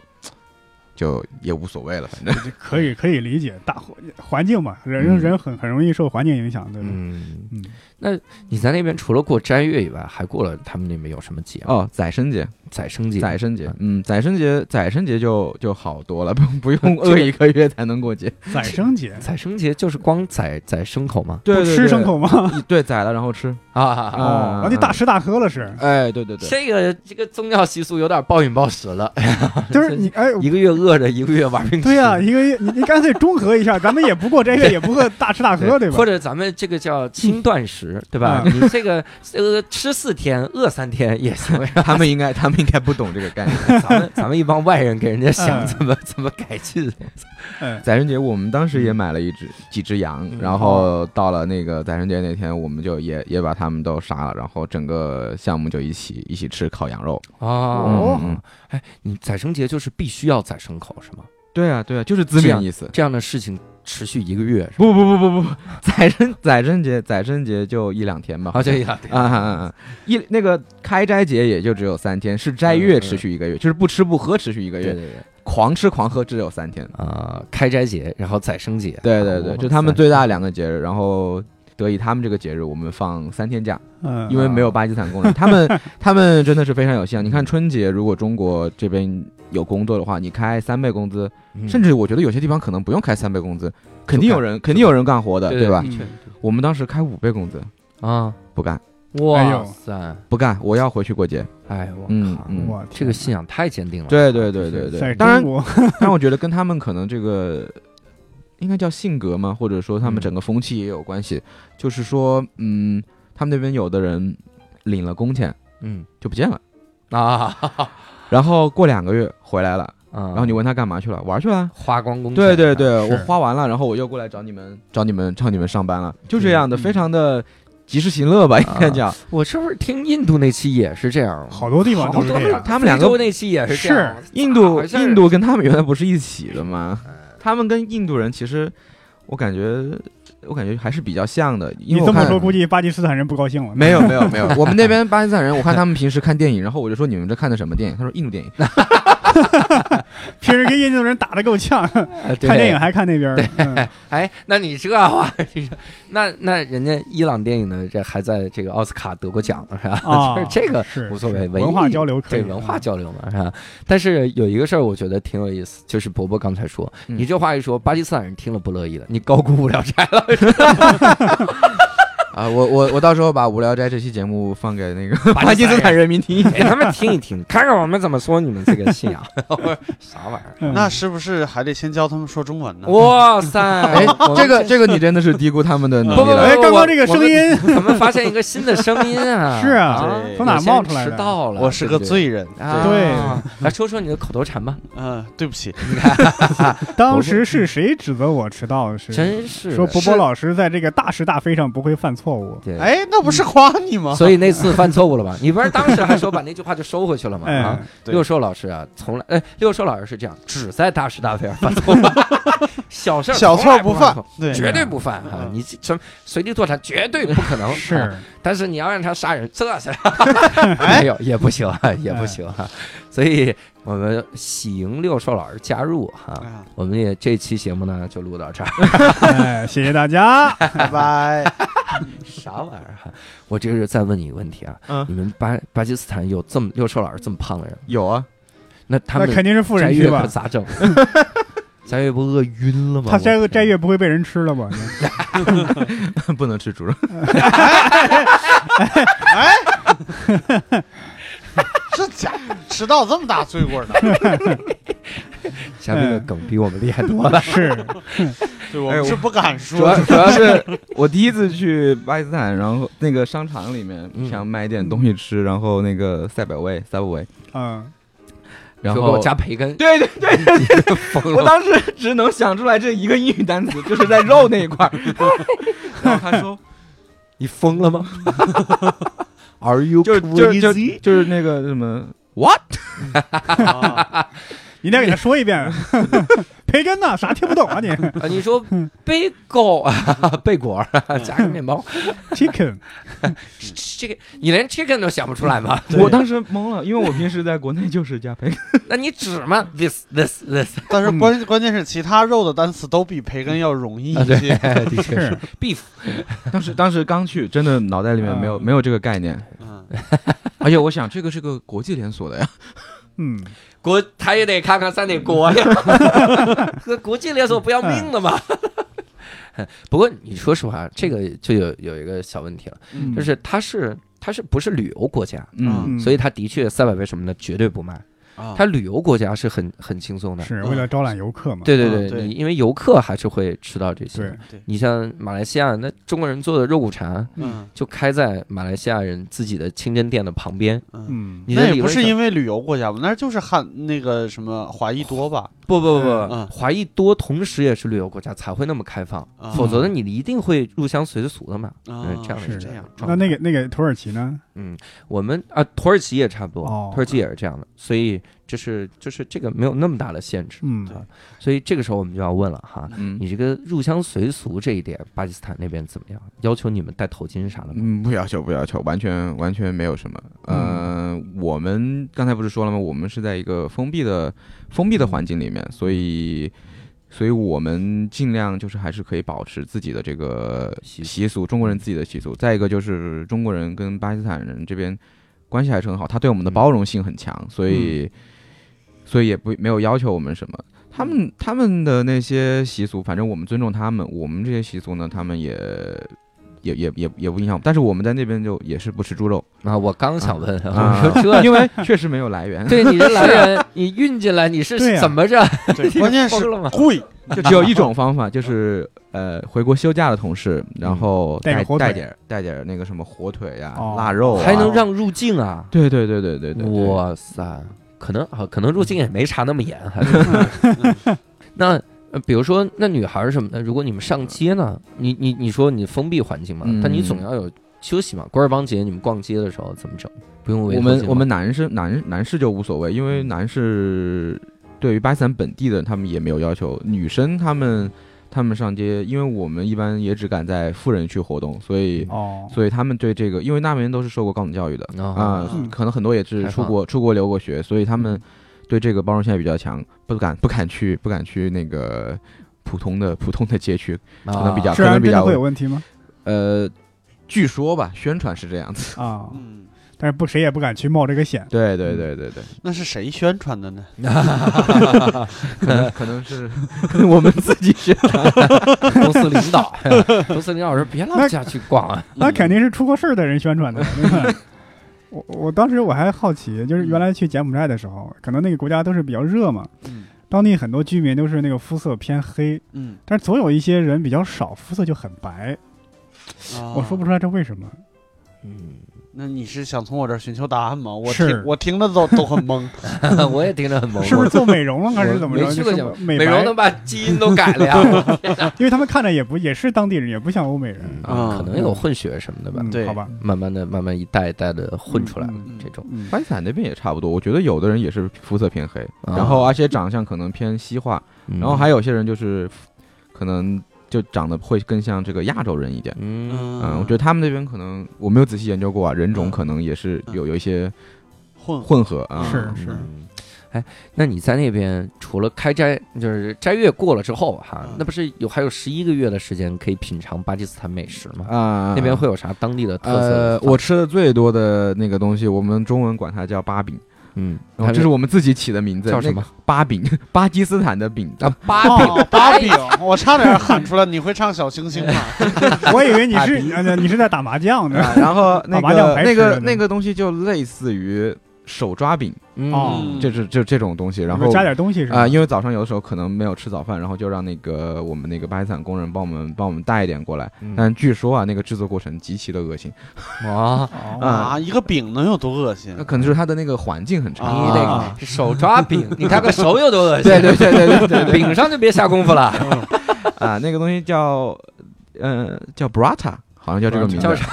Speaker 3: 就也无所谓了，反正。
Speaker 2: 嗯可以可以理解，大环环境嘛，人人
Speaker 3: 嗯
Speaker 2: 人很很容易受环境影响，对吧？
Speaker 1: 嗯，
Speaker 2: 嗯，
Speaker 1: 那你在那边除了过斋月以外，还过了他们那边有什么节？
Speaker 3: 哦，宰生节，
Speaker 1: 宰生节。
Speaker 3: 宰生节，嗯，宰生节，宰生节就就好多了，不 不用饿一个月才能过节，
Speaker 2: 宰生节，
Speaker 1: 宰生节嗯就是光宰宰牲口吗？
Speaker 3: 对
Speaker 2: 不吃牲，口吗？
Speaker 3: 对对，宰了然后吃，
Speaker 1: 啊，
Speaker 2: 哦，
Speaker 3: 啊
Speaker 2: 那就大吃大喝了是，
Speaker 3: 哎，对对对，
Speaker 1: 这个这个宗教习俗有点暴饮暴食了，
Speaker 2: 就是你 哎，
Speaker 1: 啊一个月饿着，一个月玩命吃。
Speaker 2: 对呀、一个你你干脆中和一下，咱们也不过斋月，也不过大吃大喝，对吧
Speaker 1: 或？者咱们这个叫轻断食，对吧？你这个呃吃四天，饿三天也行 呀。
Speaker 3: 他们应该他们应该不懂这个概念。
Speaker 1: 咱们咱们一帮外人给人家想
Speaker 2: 嗯
Speaker 1: 怎么怎么改进，
Speaker 2: 嗯，
Speaker 3: 宰生节，我们当时也买了一只几只羊
Speaker 1: 嗯，
Speaker 3: 然后到了那个宰生节那天，我们就也也把他们都杀了，然后整个项目就一起一起吃烤羊肉。
Speaker 1: 哦，
Speaker 3: 嗯嗯
Speaker 1: 哎，你宰生节就是必须要宰牲口是吗？
Speaker 3: 对啊，对啊，就是字
Speaker 1: 这样
Speaker 3: 面意思。
Speaker 1: 这样的事情持续一个月是吧？
Speaker 3: 不不不不不，宰生宰生节宰生节就一两天吧，
Speaker 1: 好，这 一两
Speaker 3: 啊啊啊啊！一那个开斋节也就只有三天，是斋月持续一个月，就是不吃不喝持续一个
Speaker 1: 对
Speaker 3: 月
Speaker 1: 对，对
Speaker 3: 狂吃狂喝只有三天。
Speaker 1: 啊，开斋节，然后宰生节，
Speaker 3: 对对对，
Speaker 1: 哦
Speaker 3: 就他们最大的两个节日，然后得以他们这个节日，我们放三天假。
Speaker 2: 嗯，
Speaker 3: 因为没有巴基斯坦 工人，他们他们真的是非常有幸。你看春节，如果中国这边有工作的话，你开三倍工资，
Speaker 1: 嗯
Speaker 3: 甚至我觉得有些地方可能不用开三倍工资，肯定有人肯定有人干活的，
Speaker 1: 对
Speaker 3: 对吧？
Speaker 2: 嗯
Speaker 1: 的确
Speaker 3: 我们当时开五倍工资，
Speaker 1: 啊，
Speaker 3: 不干
Speaker 2: 哎
Speaker 1: 哇
Speaker 2: 呦
Speaker 1: 塞，
Speaker 3: 不干，我要回去过节。
Speaker 1: 哎我
Speaker 3: 嗯
Speaker 1: 靠，
Speaker 3: 嗯，
Speaker 2: 我
Speaker 1: 这个信仰太坚定了。
Speaker 3: 对对对对
Speaker 2: 在
Speaker 3: 对。
Speaker 2: 中
Speaker 3: 当然，
Speaker 2: 国，
Speaker 3: 但我觉得跟他们可能这个应该叫性格嘛，或者说他们
Speaker 1: 嗯
Speaker 3: 整个风气也有关系。就是说，嗯，他们那边有的人领了工钱
Speaker 1: 嗯
Speaker 3: 就不见了，
Speaker 1: 啊，
Speaker 3: 然后过两个月回来
Speaker 2: 啊
Speaker 3: 了。
Speaker 1: 然
Speaker 3: 然后你问他干嘛去了，玩儿去了啊。
Speaker 1: 花光工钱
Speaker 3: 对对，对，
Speaker 2: 嗯是
Speaker 3: 我花完了，然后我又过来找你们，找你们，找你们上班了，就这样的，
Speaker 2: 嗯啊
Speaker 3: 非常的及时行乐吧，应该讲。
Speaker 1: 我是不是听印度那期也是这样？
Speaker 2: 好多地方都是这样
Speaker 3: 他们两个
Speaker 1: 非洲那期也是这样。
Speaker 3: 印度
Speaker 1: 好像是
Speaker 3: 印度跟他们原来不是一起的吗？
Speaker 2: 哎
Speaker 3: 他们跟印度人其实，我感觉我感觉还是比较像的，因
Speaker 2: 你
Speaker 3: 为
Speaker 2: 这
Speaker 3: 我
Speaker 2: 么
Speaker 3: 看
Speaker 2: 说，估计巴基斯坦人不高 兴了。
Speaker 3: 没有没有没有，我们那边巴基斯坦人，我看他们平时看电影，然后我就说你们这看的什么电影？他说印度 电影。
Speaker 2: 平时跟印度人打得够呛，
Speaker 1: 看
Speaker 2: 看电影。还看那边儿， 嗯
Speaker 1: 哎，那你这话， 你说那那人家伊朗电影呢，这还在这个奥斯卡得过奖了是吧？
Speaker 2: 啊
Speaker 1: 就是这个
Speaker 2: 是
Speaker 1: 无所谓，
Speaker 2: 是
Speaker 1: 文
Speaker 2: 文
Speaker 1: 艺
Speaker 2: 化交流可以啊
Speaker 1: 对文化交流嘛是吧？但是有一个事儿，我觉得挺有意思，就是伯伯刚才说，
Speaker 3: 嗯
Speaker 1: 你这话一说，巴基斯坦人听了不乐意了，你高估无 聊斋了。
Speaker 3: 啊，我我我到时候把《无聊斋》这期节目放给那个
Speaker 1: 巴
Speaker 3: 巴
Speaker 1: 基
Speaker 3: 基
Speaker 1: 斯
Speaker 3: 斯
Speaker 1: 坦哎
Speaker 3: 坦人民听。
Speaker 1: 给他们听一听，看看我们怎么说你们这个 信仰，我说啥玩意儿？
Speaker 2: 嗯
Speaker 4: 那是不是还得先教他们说中文呢？
Speaker 1: 哇塞！
Speaker 3: 哎
Speaker 1: 我们，
Speaker 3: 这个这个你真的是低估他们的能
Speaker 1: 不
Speaker 3: 力
Speaker 1: 不
Speaker 3: 了。
Speaker 2: 哎，刚
Speaker 1: 我
Speaker 2: 刚这个声音
Speaker 1: 我们发现一个新的声音啊！
Speaker 2: 是啊
Speaker 4: 对
Speaker 2: 从哪儿冒出
Speaker 1: 有些
Speaker 2: 来
Speaker 1: 人迟
Speaker 2: 的？
Speaker 1: 到了，
Speaker 4: 我是个
Speaker 1: 对不
Speaker 4: 罪人，
Speaker 1: 对啊
Speaker 2: 对
Speaker 1: 来说说你的口头禅吧。
Speaker 4: 嗯，对不起，
Speaker 2: 当时是谁指责我迟到？是
Speaker 1: 真是的
Speaker 2: 说波
Speaker 4: 是
Speaker 2: 波老师在这个大是大非上不会犯错误。
Speaker 1: 对，
Speaker 4: 哎，那不是夸你
Speaker 3: 嗯
Speaker 4: 吗？
Speaker 1: 所以那次犯错误了吧？你不是当时还说把那句话就收回去了吗？
Speaker 2: 哎
Speaker 1: 啊，，
Speaker 4: 对
Speaker 1: 六寿老师啊，从来哎，六寿老师是这样，只在大是大非上 犯错误，小事儿
Speaker 4: 小
Speaker 1: 从
Speaker 4: 错
Speaker 1: 来
Speaker 4: 儿不
Speaker 1: 犯
Speaker 4: 犯
Speaker 1: 错。，
Speaker 4: 对，
Speaker 1: 绝
Speaker 2: 啊
Speaker 1: 对不犯哈、
Speaker 4: 嗯
Speaker 1: 你什么随地吐痰绝对不可能。啊
Speaker 2: 是，
Speaker 1: 但是你要让他杀人，这 是
Speaker 4: 哎
Speaker 1: 没有也不行啊，也不行啊。所以我们喜迎六寿老师加入哈、
Speaker 4: 啊
Speaker 1: 我们也这期节目呢就录到这儿，
Speaker 2: 哎，谢谢大家。
Speaker 4: 拜拜。
Speaker 1: 啥玩意儿哈？我这是再问你一个问题啊，
Speaker 3: 嗯
Speaker 1: 你们巴巴基斯坦有这么六寿老师这么胖的人，
Speaker 3: 有啊，
Speaker 1: 那 他
Speaker 2: 那
Speaker 1: 们
Speaker 2: 肯定是富
Speaker 1: 斋
Speaker 2: 人
Speaker 1: 月
Speaker 2: 区
Speaker 1: 可
Speaker 2: 吧？
Speaker 1: 咋整？ 斋月不饿晕了吗？
Speaker 2: 他斋斋月不会被人吃 了吧？
Speaker 3: 不能吃猪肉。
Speaker 4: 这家伙吃到这么大罪过呢？
Speaker 1: 嘉宾
Speaker 2: 嗯
Speaker 1: 的梗比我们厉害 多了。
Speaker 2: 是，
Speaker 4: 对，我
Speaker 3: 哎
Speaker 4: 们
Speaker 3: 我
Speaker 4: 是不敢
Speaker 3: 主
Speaker 4: 说
Speaker 3: 要。主要是我第一次去巴基斯坦，然后那个商场里面
Speaker 1: 嗯
Speaker 3: 想买点东西吃，然后那个赛百味、赛百味，
Speaker 2: 嗯，
Speaker 3: 然
Speaker 1: 说给我
Speaker 3: 后
Speaker 1: 加培 根，
Speaker 3: 对对对，
Speaker 1: 疯
Speaker 3: 我
Speaker 1: 了。
Speaker 3: 当时只能想出来这一个英语单词， 就是在肉那一 块儿。然后他说，
Speaker 1: 你疯了 吗？Are you
Speaker 3: 就就就
Speaker 1: crazy？
Speaker 3: 就是那个什么 what？
Speaker 4: 啊
Speaker 2: 你再给他说一遍， 培根呢？啥听不懂啊你
Speaker 1: 啊，你说
Speaker 2: 嗯
Speaker 1: 贝狗啊， 贝果儿加个面包，
Speaker 2: ？Chicken，
Speaker 1: 这个你连 chicken 都想不出来吗？
Speaker 2: 对
Speaker 3: 我当时懵了，因为我平时在国内就是加 培根，
Speaker 1: 那你指嘛？this this this
Speaker 4: 但是
Speaker 2: 嗯
Speaker 4: 关关键是其他肉的单词都比培根要容易
Speaker 1: 啊，
Speaker 4: 一
Speaker 1: 对，
Speaker 4: 些。
Speaker 1: 的确是 beef。
Speaker 3: 当时当时刚去，真的脑袋里面没有
Speaker 2: 嗯
Speaker 3: 没有这个概念，
Speaker 4: 嗯，
Speaker 3: 而且我想这个是个国际连锁的呀，
Speaker 2: 嗯，
Speaker 1: 国他也得看看咱得国呀， 和国际连锁不要命了吗？ 不过你说实话，这个就有有一个小问题了，
Speaker 2: 嗯
Speaker 1: 就是它是它是不是旅游国家？
Speaker 3: 嗯，
Speaker 2: 嗯
Speaker 1: 所以它的确三百倍什么的绝对不卖，
Speaker 4: 啊
Speaker 1: 它旅游国家是很很轻松的。
Speaker 2: 是为了招揽游客嘛？
Speaker 1: 对
Speaker 4: 嗯
Speaker 1: 对对，
Speaker 4: 对
Speaker 1: 你因为游客还是会吃到这些。
Speaker 2: 对，
Speaker 1: 你像马来西亚那中国人做的肉骨茶，
Speaker 4: 嗯
Speaker 1: 就开在马来西亚人自己的清真店的旁边。
Speaker 4: 嗯，
Speaker 2: 嗯，
Speaker 1: 你
Speaker 4: 那
Speaker 1: 的
Speaker 4: 也
Speaker 1: 理
Speaker 4: 不
Speaker 1: 论
Speaker 4: 是
Speaker 1: 上
Speaker 4: 因为旅游国家吧？那就是汉那个什么华裔多吧？
Speaker 1: 不不不不
Speaker 4: 嗯，
Speaker 1: 华裔多，同时也是旅游国家才会那么开放，
Speaker 4: 啊
Speaker 1: 否
Speaker 2: 嗯
Speaker 1: 则呢你一定会入乡随俗的嘛。
Speaker 4: 啊
Speaker 1: 嗯，这样的
Speaker 2: 是
Speaker 1: 一个状
Speaker 2: 那
Speaker 1: 态
Speaker 2: 那个那个土耳其呢？
Speaker 1: 嗯，我们啊，土耳其也差不多，
Speaker 2: 哦
Speaker 1: 土耳其也是这样的，所以就是就是这个没有那么大的限制，
Speaker 2: 嗯
Speaker 4: 对
Speaker 1: 所以这个时候我们就要问了哈，
Speaker 3: 嗯
Speaker 1: 你这个入乡随俗这一点，巴基斯坦那边怎么样？要求你们戴头巾啥的吗？
Speaker 3: 嗯，不要求，不要求，完全完全没有什么。呃，我们刚才不是说了吗？我们是在一个封闭的封闭的环境里面，所以所以我们尽量就是还是可以保持自己的这个
Speaker 1: 习
Speaker 3: 习俗，嗯中国人自己的习俗。再一个就是中国人跟巴基斯坦人这边关系还是很好，他对我们的包容性很强，所以、所以也不没有要求我们什么。他们他们的那些习俗，反正我们尊重他们，我们这些习俗呢，他们也也也也也不影响。但是我们在那边就也是不吃猪肉，
Speaker 1: 啊，我刚想问，
Speaker 3: 啊
Speaker 1: 我说这
Speaker 3: 因为确实没有来源，
Speaker 1: 对你这来源，你运进来你是
Speaker 2: 对呀啊
Speaker 1: 怎么着？
Speaker 4: 对，关键
Speaker 1: 疯
Speaker 4: 是
Speaker 1: 了吗？
Speaker 4: 贵，
Speaker 3: 就只有一种方法，就是呃回国休假的同事，然后
Speaker 2: 带个
Speaker 3: 带
Speaker 2: 火腿
Speaker 3: 带点儿带点儿那个什么火腿呀、
Speaker 2: 哦
Speaker 3: 腊肉啊，
Speaker 1: 还能让入境啊？
Speaker 3: 对对对对对对，对
Speaker 1: 哇塞，可能啊，可能入境也没查那么严，还是 那。呃比如说，那女孩儿什么的，如果你们上街呢，你你你说你封闭环境嘛，
Speaker 3: 嗯
Speaker 1: 但你总要有休息嘛。关尔邦节你们逛街的时候怎么整？不用围
Speaker 3: 我
Speaker 1: 头巾
Speaker 3: 们
Speaker 1: 吗
Speaker 3: 我们男生男男士就无所谓，因为男士对于巴基斯坦本地的人他们也没有要求，女生他们他们上街，因为我们一般也只敢在富人区活动，所以、
Speaker 2: 哦，
Speaker 3: 所以他们对这个，因为那边人都是受过高等教育的
Speaker 1: 哦
Speaker 3: 啊、
Speaker 4: 嗯
Speaker 3: 可能很多也
Speaker 1: 开
Speaker 3: 是
Speaker 1: 放
Speaker 3: 出国出国留过学，所以他们对这个包容性也比较强，不敢不敢去不敢去那个普通的普通的街区，
Speaker 1: 啊
Speaker 3: 可 能比较
Speaker 2: 治
Speaker 3: 可能
Speaker 2: 安
Speaker 3: 比
Speaker 2: 真的
Speaker 3: 较
Speaker 2: 会有问题吗？
Speaker 3: 呃，据说吧，宣传是这样子，
Speaker 2: 啊，
Speaker 4: 嗯，
Speaker 2: 但是不谁也不敢去冒这个险。
Speaker 3: 对对对对 对。
Speaker 4: 那是谁宣传的呢？
Speaker 3: 可能可能是跟我们自己学，
Speaker 1: 公司领导， 公司领导说别老家去逛啊，
Speaker 4: 嗯
Speaker 2: 那肯定是出过事儿的人宣传的。对吧我我当时我还好奇，就是原来去柬埔寨的时候，可能那个国家都是比较热嘛，
Speaker 4: 嗯
Speaker 2: 当地很多居民都是那个肤色偏黑，
Speaker 4: 嗯，
Speaker 2: 但是总有一些人比较少，肤色就很白。
Speaker 4: 啊
Speaker 2: 我说不出来这为什么。
Speaker 1: 嗯，
Speaker 4: 那你是想从我这儿寻求答案吗？我
Speaker 2: 是
Speaker 4: 听我听的都都很懵。
Speaker 1: 嗯我也听着很懵，
Speaker 2: 是不是做美容 了还是怎么
Speaker 1: 我
Speaker 2: 着？
Speaker 1: 没去
Speaker 2: 就
Speaker 1: 过
Speaker 2: 是
Speaker 1: 柬埔寨
Speaker 2: 美
Speaker 1: 美容
Speaker 2: 白
Speaker 1: 能，把基因都改了呀？
Speaker 2: 因为他们看着也不也是当地人，也不像欧美人。
Speaker 1: 嗯
Speaker 4: 啊
Speaker 1: 可能有混血什么的吧，
Speaker 2: 嗯
Speaker 4: 对
Speaker 2: 好吧，
Speaker 1: 慢慢的、慢慢一代一代的混出来了
Speaker 2: 嗯
Speaker 4: 嗯
Speaker 1: 这种。
Speaker 2: 嗯
Speaker 3: 巴基斯坦那边也差不多。我觉得有的人也是肤色偏黑，
Speaker 1: 啊
Speaker 3: 然后而且长相可能偏西化，
Speaker 1: 然
Speaker 3: 然后还有些人就是可能就长得会更像这个亚洲人一点。
Speaker 1: 嗯，
Speaker 3: 嗯，我觉得他们那边可能我没有仔细研究过啊，人种
Speaker 4: 嗯
Speaker 3: 可能也是有有一些
Speaker 4: 混
Speaker 3: 混合啊。
Speaker 2: 是是
Speaker 1: 嗯哎，那你在那边除了开斋，就是斋月过了之后哈
Speaker 4: 嗯，
Speaker 1: 那不是有还有十一个月的时间可以品尝巴基斯坦美食吗？
Speaker 3: 啊，
Speaker 1: 那边会有啥当地的特色
Speaker 3: 呃
Speaker 1: 的饭？，
Speaker 3: 我吃的最多的那个东西，我们中文管它叫巴饼，
Speaker 1: 嗯，
Speaker 3: 然哦后这是我们自己起的名字，
Speaker 1: 叫什么
Speaker 3: 那个巴饼？ 巴基斯坦的饼
Speaker 1: 啊，巴饼
Speaker 4: 哦芭 比，我差点喊出来，你会唱小星星啊吗？
Speaker 2: 我以为你是
Speaker 3: 打
Speaker 2: 呃你是在打麻将呢。
Speaker 3: 啊， 然后那
Speaker 2: 把麻将
Speaker 3: 个
Speaker 2: 牌
Speaker 3: 那
Speaker 2: 吃了
Speaker 3: 个
Speaker 2: 呢
Speaker 3: 那个东西就类似于手抓饼，
Speaker 2: 哦
Speaker 1: 嗯，
Speaker 4: 嗯
Speaker 3: 就是就这种东西。然后
Speaker 2: 加点东西是吧？
Speaker 3: 啊、因为早上有的时候可能没有吃早饭，然后就让那个我们那个巴基斯坦工人帮我们帮我们带一点过来。
Speaker 1: 嗯
Speaker 3: 但据说啊，那个制作过程极其的恶心，
Speaker 1: 啊，
Speaker 2: 哦
Speaker 4: 啊，一个饼能有多恶心
Speaker 1: 嗯
Speaker 3: 那？可能就是它的那个环境很差。
Speaker 1: 你得
Speaker 4: 啊
Speaker 1: 手抓饼，你看看手有多恶心。
Speaker 3: 对对对对对对
Speaker 1: 饼上就别下功夫了，
Speaker 3: 啊，那个东西叫呃叫 brata，好像叫这个名字
Speaker 1: 叫。啥？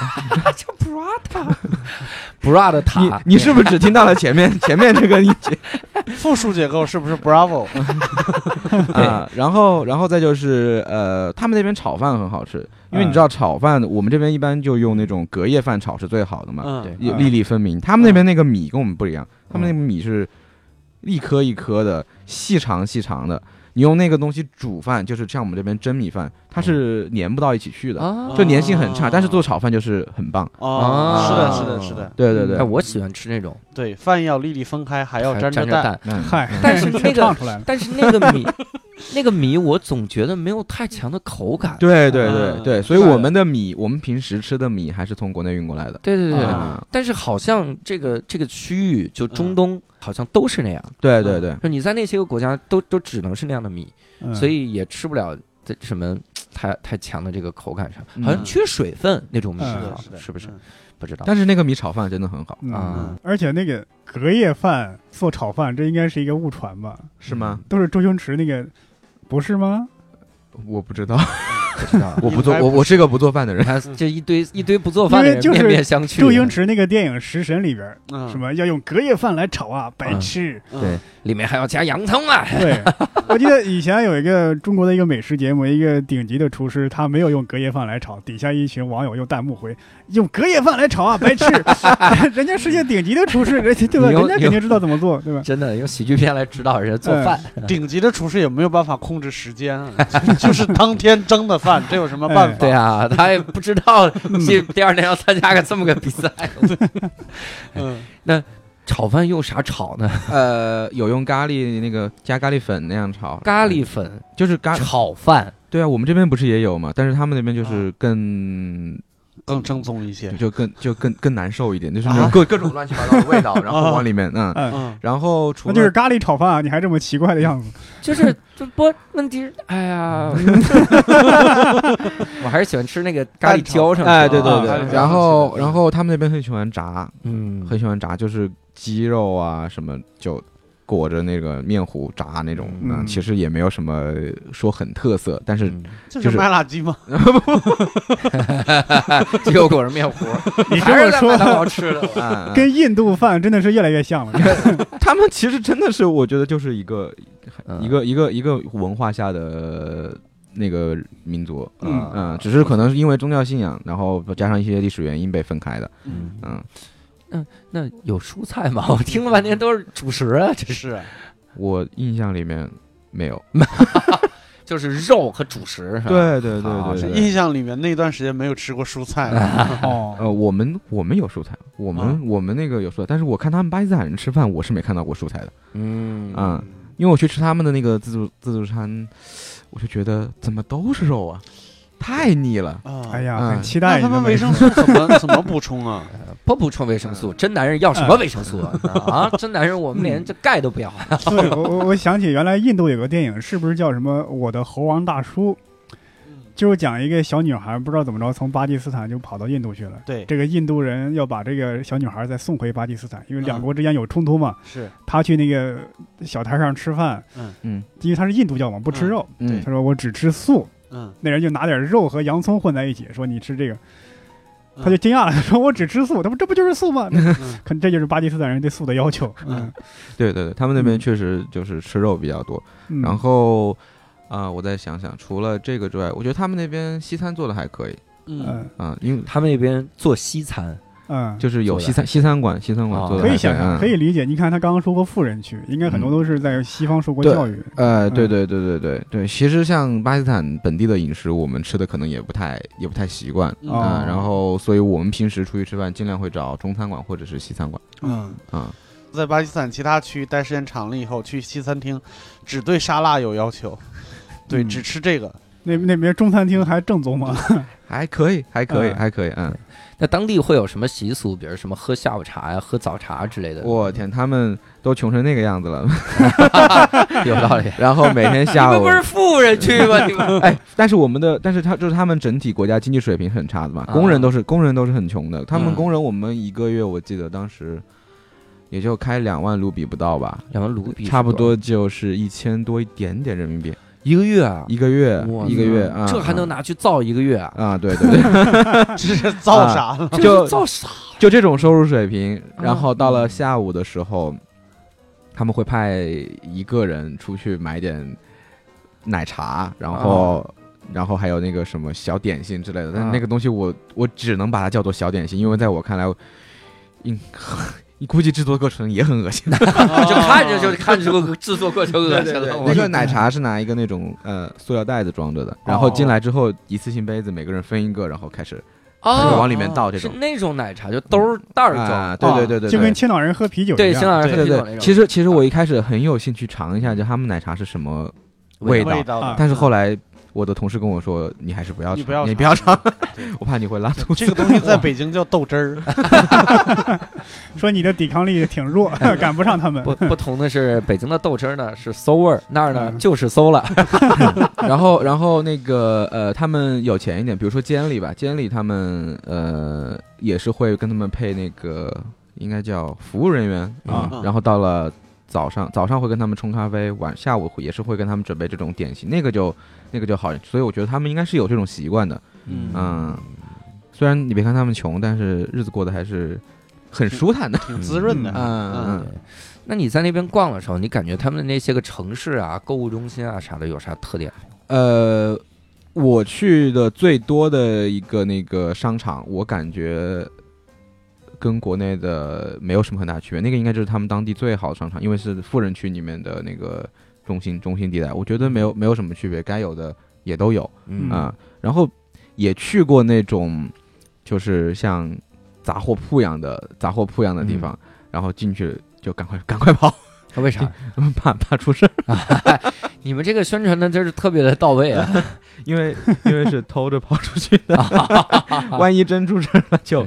Speaker 1: 叫 brata，bra 的
Speaker 3: 你
Speaker 1: 塔。
Speaker 3: 你是不是只听到了前面前面这个音节？
Speaker 4: 复数结构是不是 Bravo？
Speaker 3: 啊，然后然后再就是呃，他们那边炒饭很好吃，因为你知
Speaker 1: 嗯
Speaker 3: 道炒饭，我们这边一般就用那种隔夜饭炒是最好的嘛，
Speaker 1: 对
Speaker 4: 嗯，
Speaker 3: 也
Speaker 2: 嗯
Speaker 3: 粒粒分明。他们那边那个米跟我们不一样，他
Speaker 1: 嗯
Speaker 3: 们那个米是一颗一颗的，细长细长的。你用那个东西煮饭，就是像我们这边蒸米饭，
Speaker 1: 嗯
Speaker 3: 它是粘不到一起去的，
Speaker 1: 啊
Speaker 3: 就粘性很差。
Speaker 4: 啊
Speaker 3: 但是做炒饭就是很棒。
Speaker 4: 哦，是
Speaker 1: 啊
Speaker 4: 的，是的，是的，
Speaker 3: 对对对
Speaker 1: 哎，，我喜欢吃那种，
Speaker 4: 对，饭要粒粒分开，还要
Speaker 1: 还
Speaker 4: 沾
Speaker 1: 沾
Speaker 4: 着蛋。
Speaker 1: 蛋。
Speaker 3: 嗯
Speaker 2: 嗨，
Speaker 1: 但 是那
Speaker 2: 全
Speaker 1: 个
Speaker 2: 唱，出来了。
Speaker 1: 但是那个米，那个米，我总觉得没有太强的口感。
Speaker 3: 对对对
Speaker 4: 嗯
Speaker 3: 对，所以
Speaker 4: 是的
Speaker 3: 我们的米，我们平时吃的米还是从国内运过来的。
Speaker 1: 对对对，
Speaker 4: 啊
Speaker 3: 嗯
Speaker 1: 但是好像这个这个区域，就中
Speaker 4: 嗯
Speaker 1: 东，好像都是那样。
Speaker 3: 对对对，
Speaker 1: 就你在那些个国家都都只能是那样的米，
Speaker 2: 嗯
Speaker 1: 所以也吃不了这什么太太强的这个口感上，
Speaker 3: 嗯
Speaker 1: 好像缺水分那种米
Speaker 2: 是
Speaker 4: 是
Speaker 2: 的
Speaker 1: 啊
Speaker 4: 的，是的，
Speaker 1: 是不是？
Speaker 4: 嗯？
Speaker 1: 不知道。
Speaker 3: 但是那个米炒饭真的很好，
Speaker 2: 嗯
Speaker 1: 啊，
Speaker 2: 而且那个隔夜饭做炒饭，这应该是一个误传吧？
Speaker 1: 嗯
Speaker 3: 是吗？
Speaker 2: 都是周星驰那个，不是吗？
Speaker 3: 我不知道，
Speaker 1: 不知道，
Speaker 3: 我不做，
Speaker 4: 应该
Speaker 3: 我
Speaker 4: 不
Speaker 3: 我是个不做饭的
Speaker 1: 你
Speaker 3: 人。
Speaker 1: 看这一堆一堆不做饭的
Speaker 2: 因为
Speaker 1: 人
Speaker 2: 就是
Speaker 1: 面面相觑。
Speaker 2: 周星驰那个电影《食神》里边，
Speaker 4: 嗯
Speaker 2: 什么要用隔夜饭来炒啊，白痴！
Speaker 4: 嗯
Speaker 3: 对
Speaker 1: 里面还要加洋葱啊！
Speaker 2: 对，我记得以前有一个中国的一个美食节目，一个顶级的厨师，他没有用隔夜饭来炒，底下一群网友用弹幕回：“用隔夜饭来炒啊，白痴！”人家世界顶级的厨师，人家对吧？
Speaker 1: 你
Speaker 2: 人
Speaker 1: 用
Speaker 2: 家肯定知道怎么做，对吧？
Speaker 1: 真的用喜剧片来指导人家做饭，
Speaker 4: 顶级的厨师也没有办法控制时间啊，就是当天蒸的饭，这有什么办法？
Speaker 1: 对啊，他也不知 道这第二天要参加个这么个比赛。
Speaker 4: 嗯，
Speaker 1: 炒饭用啥炒呢？
Speaker 3: 呃，有用咖喱那个加咖喱粉那样炒，哎
Speaker 1: 咖喱 粉
Speaker 3: 就是咖，
Speaker 1: 炒饭，
Speaker 3: 对啊，我们这边不是也有嘛，但是他们那边就是更
Speaker 4: 更正宗一些。
Speaker 3: 就更就更更难受一点，就是那种各各种乱七八糟的味 道，然后往里面嗯，
Speaker 2: 嗯，
Speaker 4: 嗯，
Speaker 3: 然后除
Speaker 2: 那就是
Speaker 3: 了
Speaker 2: 咖喱炒饭啊，你还这么奇怪的样子。
Speaker 1: 就是就不问题是。哎呀， 我还是喜欢吃那个咖喱浇上去。
Speaker 3: 哎对
Speaker 4: 啊咖
Speaker 3: 对
Speaker 4: 喱
Speaker 3: 对，
Speaker 4: 粉
Speaker 3: 然
Speaker 4: 是
Speaker 3: 后
Speaker 4: 的
Speaker 3: 然后他们那边很喜欢炸，
Speaker 1: 嗯，
Speaker 3: 很喜欢炸，就是鸡肉啊什么就。裹着那个面糊炸那种，
Speaker 2: 嗯
Speaker 3: 嗯，其实也没有什么呃说很特色，但 是
Speaker 1: 嗯
Speaker 4: 这
Speaker 3: 就是是
Speaker 4: 麦辣鸡吗？
Speaker 1: 这个果仁面 糊，
Speaker 2: 你这
Speaker 1: 还是
Speaker 2: 么
Speaker 1: 在
Speaker 2: 说
Speaker 1: 麦，当劳吃的。
Speaker 3: 啊，
Speaker 2: 跟印度饭真的是越来越像了。
Speaker 3: 他们其实真的是，我觉得就是一个
Speaker 1: 嗯
Speaker 3: 一个一个一个文化下的那个民族，
Speaker 2: 嗯
Speaker 3: 嗯，只是可能是因为宗教信仰，然后加上一些历史原因被分开的，
Speaker 1: 嗯
Speaker 3: 嗯，
Speaker 1: 那有蔬菜吗？我听了半天都是主食啊，这是
Speaker 4: 是啊，
Speaker 3: 我印象里面没有，
Speaker 1: 就是肉和主食是吧？
Speaker 3: 对对对
Speaker 1: 好
Speaker 3: 对
Speaker 1: 是
Speaker 3: 对。
Speaker 4: 印象里面那段时间没有吃过蔬菜，
Speaker 2: 哦，
Speaker 3: 呃，我们我们有蔬菜，我们、
Speaker 1: 嗯
Speaker 4: 啊
Speaker 3: 我们那个有蔬菜，但是我看他们巴基斯坦人吃饭，我是没看到过蔬菜的，
Speaker 1: 嗯
Speaker 3: 嗯，因为我去吃他们的那个自助自助餐，我就觉得怎么都是肉啊，太腻了。
Speaker 4: 啊，
Speaker 2: 哎，呀，
Speaker 3: 嗯
Speaker 2: 很期
Speaker 4: 那
Speaker 2: 待
Speaker 4: 他
Speaker 2: 你的
Speaker 4: 们
Speaker 2: 美
Speaker 4: 维
Speaker 2: 食
Speaker 4: 生素怎么怎么补充啊？
Speaker 1: 不补充维生素，真男人要什么维生素 啊？啊，真男人我们连这钙都不要。
Speaker 2: 对，我我我想起原来印度有个电影，是不是叫什么《我的猴王大叔》？
Speaker 4: 嗯
Speaker 2: 就是讲一个小女孩不知道怎么着，从巴基斯坦就跑到印度去了。
Speaker 4: 对，
Speaker 2: 这个印度人要把这个小女孩再送回巴基斯坦，因为两
Speaker 4: 嗯
Speaker 2: 国之间有冲突嘛。
Speaker 4: 是，
Speaker 2: 他去那个小摊上吃饭，
Speaker 4: 嗯
Speaker 3: 嗯，
Speaker 2: 因为他是印度教嘛，不吃肉。
Speaker 3: 嗯
Speaker 4: 对
Speaker 2: 他说我只吃素，
Speaker 4: 嗯，
Speaker 2: 那人就拿点肉和洋葱混在一起，说你吃这个，
Speaker 4: 嗯
Speaker 2: 他就惊讶了，说我只吃素，他说这不就是素吗？
Speaker 4: 嗯
Speaker 2: 可这就是巴基斯坦人对素的要求。嗯
Speaker 4: 嗯
Speaker 3: 对对对，他们那边
Speaker 2: 嗯
Speaker 3: 确实就是吃肉比较多，
Speaker 2: 嗯，
Speaker 3: 然后啊、我再想想，除了这个之外，我觉得他们那边西餐做的还可以
Speaker 4: 嗯，
Speaker 2: 嗯
Speaker 3: 啊、因为
Speaker 1: 他们那边做西餐，
Speaker 2: 嗯，
Speaker 3: 就是有
Speaker 1: 做得
Speaker 3: 西餐西餐馆西餐馆
Speaker 1: 哦
Speaker 3: 做的、
Speaker 2: 可以想象，可
Speaker 3: 以。
Speaker 2: 以理解。你看他刚刚说过富人区，应该很多
Speaker 3: 嗯
Speaker 2: 都是在西方受过
Speaker 3: 对
Speaker 2: 教育。
Speaker 3: 呃，
Speaker 2: 嗯
Speaker 3: 对对对对对对，其实像巴基斯坦本地的饮食，我们吃的可能也不太也不太习惯
Speaker 4: 嗯
Speaker 2: 哦
Speaker 3: 啊、然后，所以我们平时出去吃饭，尽量会找中餐馆或者是西餐馆
Speaker 4: 嗯。
Speaker 3: 啊、
Speaker 4: 在巴基斯坦其他区待时间长了以后，去西餐厅只对沙拉有要求，对，
Speaker 2: 嗯
Speaker 4: 只吃这个。
Speaker 2: 那那边中餐厅还正宗吗？
Speaker 3: 还可以，还可以，
Speaker 2: 嗯
Speaker 3: 还可以。嗯，
Speaker 1: 那当地会有什么习俗？比如什么喝下午茶呀、喝早茶之类的？
Speaker 3: 我天，他们都穷成那个样子了，
Speaker 1: 有道 理。
Speaker 3: 然后每天下午
Speaker 1: 富人区吗？你 们
Speaker 3: 哎，但是我们的，但是他就是他们整体国家经济水平很差的嘛，
Speaker 1: 啊
Speaker 3: 工人都是工人都是很穷的，他们
Speaker 1: 嗯
Speaker 3: 工人我们一个月我记得当时也就开两万卢比不到吧，
Speaker 1: 两万卢比是
Speaker 3: 差不多就是一千多一点点人民币
Speaker 1: 一个月啊，
Speaker 3: 一个月
Speaker 1: 哇
Speaker 3: 一个月啊，
Speaker 1: 这还能拿去造一个月啊？
Speaker 3: 啊？对对对，
Speaker 2: 啊
Speaker 4: 这是造啥了？
Speaker 1: 这
Speaker 3: 就是
Speaker 1: 造啥？嗯
Speaker 3: 就这种收入水平，然后到
Speaker 1: 啊
Speaker 3: 了下午的时候。他们会派一个人出去买点奶茶，然后、
Speaker 1: 哦
Speaker 3: 然后还有那个什么小点心之类的。但
Speaker 1: 啊
Speaker 3: 那个东西我我只能把它叫做小点心，因为在我看来，应 你估计制作过程也很恶心。
Speaker 1: 就看着就看着这个制作过程恶心了。我哦
Speaker 3: 那个奶茶是拿一个那种呃塑料袋子装着的，然后进来之后一次性杯子每个人分一个，然后开始开始
Speaker 1: 哦，
Speaker 3: 往里面倒这
Speaker 1: 是哦
Speaker 3: 种。
Speaker 1: 那种奶茶，就兜儿袋儿
Speaker 3: 啊，
Speaker 1: 装，
Speaker 3: 对对
Speaker 4: 啊
Speaker 3: 对对，
Speaker 2: 就
Speaker 3: 对
Speaker 2: 跟青岛人喝啤酒
Speaker 1: 对，
Speaker 2: 一
Speaker 1: 邢
Speaker 2: 样。
Speaker 1: 老师
Speaker 4: 对
Speaker 1: 喝
Speaker 3: 对
Speaker 1: 这种那
Speaker 3: 对，
Speaker 1: 种。
Speaker 3: 其实其实我一开始很有兴趣尝一下，就他们奶茶是什么味道，
Speaker 4: 味道的
Speaker 2: 啊
Speaker 3: 但是后来我的同事跟我说，你还是不要
Speaker 4: 你
Speaker 3: 尝，
Speaker 4: 不要
Speaker 3: 你不要尝，
Speaker 4: 对
Speaker 3: 我怕你会拉肚子。
Speaker 4: 这个东西在北京叫豆汁儿，
Speaker 2: 说你的抵抗力挺弱，赶不上他们。
Speaker 1: 不不同的是，北京的豆汁儿呢是馊味儿，那儿呢
Speaker 2: 嗯
Speaker 1: 就是馊了。
Speaker 3: 然后然后那个呃，他们有钱一点，比如说监理吧，监理他们呃也是会跟他们配那个应该叫服务人员
Speaker 2: 啊
Speaker 3: 然后到了。早上早上会跟他们冲咖啡，晚下午会也是会跟他们准备这种点心，那个就那个就好，所以我觉得他们应该是有这种习惯的。
Speaker 4: 嗯
Speaker 3: 嗯，虽然你别看他们穷，但是日子过得还是很舒坦的。
Speaker 4: 挺滋润的。
Speaker 3: 嗯
Speaker 1: 对那你在那边逛的时候，你感觉他们的那些个城市啊、购物中心啊啥的有啥特点？
Speaker 3: 呃，我去的最多的一个那个商场，我感觉跟国内的没有什么很大区别。那个应该就是他们当地最好的商场，因为是富人区里面的那个中心中心地带，我觉得没有没有什么区别，该有的也都有
Speaker 1: 嗯
Speaker 3: 啊、然后也去过那种就是像杂货铺一样的杂货铺一样的地方，然后进去就赶快赶快跑，
Speaker 1: 为啥？
Speaker 3: 怕怕出事儿。
Speaker 1: 你们这个宣传的真是特别的到位啊！
Speaker 3: 因为因为是偷着跑出去 的，万一真出事儿了就，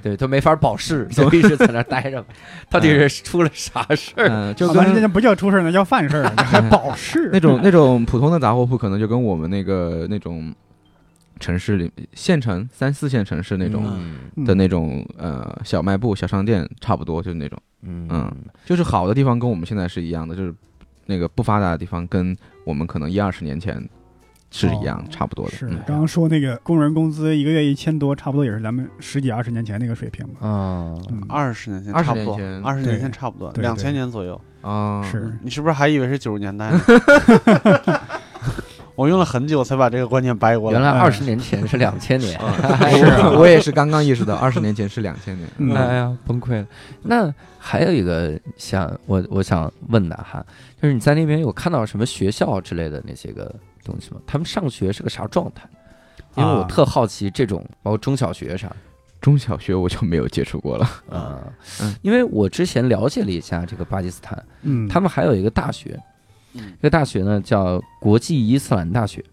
Speaker 1: 对，都没法保释，就必须在那儿待着吧。到底是出了啥事儿？
Speaker 3: 嗯、就
Speaker 2: 好吧，这
Speaker 3: 跟
Speaker 2: 就不叫出事儿，那叫犯事儿，这还保释。
Speaker 3: 那种那种普通的杂货铺，可能就跟我们那个那种城市里县城三四线城 市那种。
Speaker 1: 嗯
Speaker 2: 嗯
Speaker 3: 的那种呃小卖部、小商店差不多，就是那种，
Speaker 1: 嗯
Speaker 3: 嗯就是好的地方跟我们现在是一样的，就是那个不发达的地方跟我们可能一二十年前是一样、
Speaker 2: 哦
Speaker 3: 差不多的。
Speaker 2: 是
Speaker 3: 嗯
Speaker 2: 刚刚说那个工人工资一个月一千多，差不多也是咱们十几二十年前那个水平吧。
Speaker 1: 啊，
Speaker 2: 嗯，
Speaker 4: 二十年前
Speaker 3: 20
Speaker 4: 差不多
Speaker 3: 年前，
Speaker 4: 二十年前
Speaker 2: 对
Speaker 4: 差不多，
Speaker 2: 对对
Speaker 4: 两千年左右。
Speaker 3: 啊，
Speaker 2: 是
Speaker 4: 你是不是还以为是九十年代呢？ 我用了很久才把这个观念掰过来。
Speaker 1: 原来
Speaker 2: 哎
Speaker 1: 二十年前是两千年，
Speaker 3: 我我也是啊刚刚意识到，二十年前是两千年。
Speaker 2: 嗯
Speaker 1: 哎呀，崩溃了。那还有一个想我我想问的哈，就是你在那边有看到什么学校之类的那些个东西吗？他们上学是个啥状态？因为我
Speaker 2: 啊
Speaker 1: 特好奇这种，包括中小学啥
Speaker 3: 中小学我就没有接触过了。
Speaker 1: 的啊
Speaker 3: 嗯，
Speaker 1: 因为我之前了解了一下这个巴基斯坦，
Speaker 2: 嗯，
Speaker 1: 他们还有一个大学，
Speaker 4: 嗯
Speaker 1: 这个大学呢叫国际伊斯兰大学。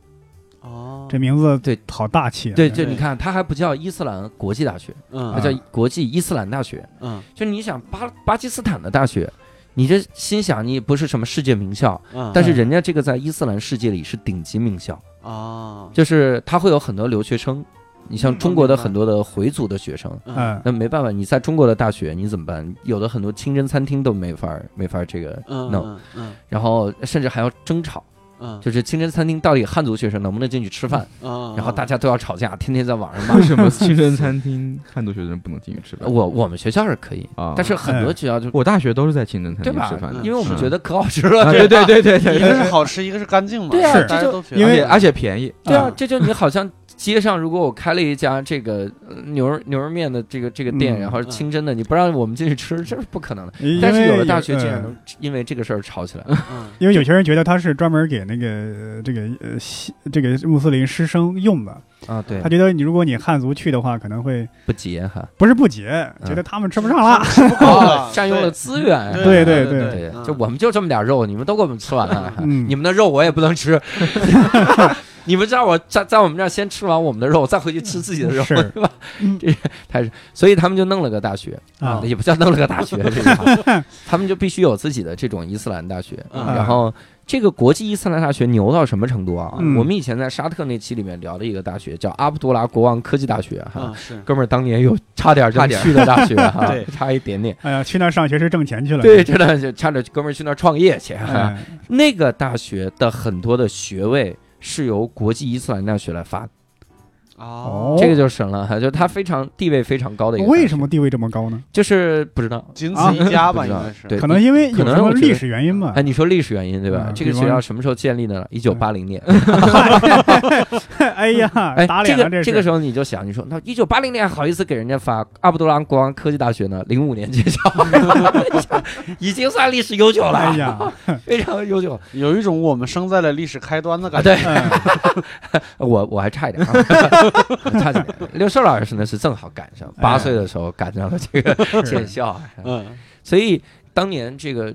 Speaker 4: 哦，
Speaker 2: 这名字
Speaker 1: 对
Speaker 2: 好大气啊。
Speaker 1: 对，
Speaker 2: 这
Speaker 1: 就你看，它还不叫伊斯兰国际大学，它
Speaker 4: 嗯
Speaker 1: 叫国际伊斯兰大学。
Speaker 4: 嗯
Speaker 1: 就你想巴巴基斯坦的大学，你这心想你不是什么世界名校，
Speaker 4: 嗯，
Speaker 1: 但是人家这个在伊斯兰世界里是顶级名校，
Speaker 4: 啊，
Speaker 1: 就是它会有很多留学生。你像中国的很多的回族的学生，
Speaker 4: 嗯
Speaker 2: 嗯，
Speaker 1: 那没办法，你在中国的大学你怎么办？有的很多清真餐厅都没法儿没法儿这个，
Speaker 4: 嗯
Speaker 1: no
Speaker 4: 嗯
Speaker 1: 然后甚至还要争吵，
Speaker 4: 嗯，
Speaker 1: 就是清真餐厅到底汉族学生能不能进去吃饭，
Speaker 4: 嗯，
Speaker 1: 然后大家都要吵架，天天在网上骂
Speaker 3: 为。什么清真餐厅汉族学生不能进去吃饭？
Speaker 1: 我我们学校是可以，
Speaker 3: 啊，
Speaker 1: 但是很
Speaker 2: 哎
Speaker 1: 多学校就
Speaker 3: 我大学都是在清真餐
Speaker 1: 对
Speaker 3: 厅
Speaker 1: 吧
Speaker 3: 吃饭的，
Speaker 1: 因为我们
Speaker 3: 嗯
Speaker 1: 觉得可好吃了，
Speaker 3: 啊
Speaker 1: 这
Speaker 3: 对对对对对
Speaker 4: 一个是
Speaker 3: 对，
Speaker 4: 好吃，一个是干净嘛，
Speaker 1: 对
Speaker 2: 啊是
Speaker 4: 大家
Speaker 1: 这就
Speaker 4: 都觉得嗯
Speaker 2: 因
Speaker 3: 而
Speaker 2: 为
Speaker 3: 且而且便宜，
Speaker 1: 对啊
Speaker 4: 啊，
Speaker 1: 这就你好像街上，如果我开了一家这个呃牛肉牛肉面的这个这个店，
Speaker 2: 嗯
Speaker 1: 然后是清真的，你不让我们进去吃，这是不可能的。
Speaker 2: 因为
Speaker 1: 但是有的大学竟然
Speaker 2: 呃
Speaker 1: 能因为这个事儿吵起来，
Speaker 4: 嗯
Speaker 2: 因为有些人觉得他是专门给那个呃这个呃西这个穆斯林师生用的，
Speaker 1: 啊，对
Speaker 2: 他觉得你如果你汉族去的话，可能会
Speaker 1: 不结哈，
Speaker 2: 不是不解，觉得他们吃不上 了。
Speaker 4: 啊
Speaker 1: 哦占用了资源。
Speaker 2: 对
Speaker 4: 对
Speaker 2: 对对
Speaker 1: 对
Speaker 4: 嗯
Speaker 1: 就我们就这么点肉，你们都给我们吃完了，
Speaker 2: 嗯
Speaker 1: 你们的肉我也不能 吃，你们让我在在我们这儿先吃完我们的肉，再回去吃自己的肉，
Speaker 2: 是
Speaker 1: 对吧？
Speaker 2: 嗯
Speaker 1: 这还是所以他们就弄了个大学
Speaker 2: 啊
Speaker 1: 也不叫弄了个大学， 这个他们就必须有自己的这种伊斯兰大学。
Speaker 2: 啊
Speaker 4: 嗯
Speaker 1: 然后这个国际伊斯兰大学牛到什么程度啊？
Speaker 2: 嗯
Speaker 1: 我们以前在沙特那期里面聊的一个大学叫阿卜杜拉国王科技大学哈。
Speaker 2: 啊
Speaker 4: 嗯是
Speaker 1: 哥们儿当年有差点就
Speaker 3: 差点
Speaker 1: 去的大学 哈，
Speaker 4: 对
Speaker 1: 差一点点，
Speaker 2: 哎呀，去那儿上学是挣钱去了。
Speaker 1: 对，真的就差点哥们儿去那儿创业去。哈。
Speaker 2: 哎，
Speaker 1: 那个大学的很多的学位是由国际伊斯兰大学来发的，
Speaker 2: 哦
Speaker 1: 这个就神了，哈就是他非常地位非常高的一个大学。
Speaker 2: 为什么地啊位这么高呢？
Speaker 1: 就是不知道，
Speaker 4: 仅此一家吧，
Speaker 1: 不知
Speaker 4: 应
Speaker 1: 道
Speaker 4: 该是。
Speaker 1: 对
Speaker 2: 可能因为有
Speaker 1: 可能
Speaker 2: 什么
Speaker 1: 我觉得
Speaker 2: 历史原因吧
Speaker 1: 哎，。你说历史原因对吧？
Speaker 2: 嗯
Speaker 1: 这个
Speaker 2: 比
Speaker 1: 学
Speaker 2: 方嗯
Speaker 1: 校什么时候建立的呢？一九八零年。
Speaker 2: 哎呀，
Speaker 1: 哎，
Speaker 2: 打
Speaker 1: 这
Speaker 2: 脸了
Speaker 1: 个
Speaker 2: 是。
Speaker 1: 个时候你就想，你说那一九八零年还好意思给人家发阿卜杜拉国王科技大学呢？零五年建 校，已经算历史悠久了，
Speaker 2: 哎呀，
Speaker 1: 非常悠久。
Speaker 4: 有一种我们生在了历史开端的
Speaker 1: 啊，
Speaker 4: 感觉。
Speaker 1: 对
Speaker 2: 哎
Speaker 1: 我我还差一点，啊， 差一点。六寿老师呢是正好赶上，八岁的时候赶上了这个建校，
Speaker 4: 嗯，
Speaker 1: 所以当年这个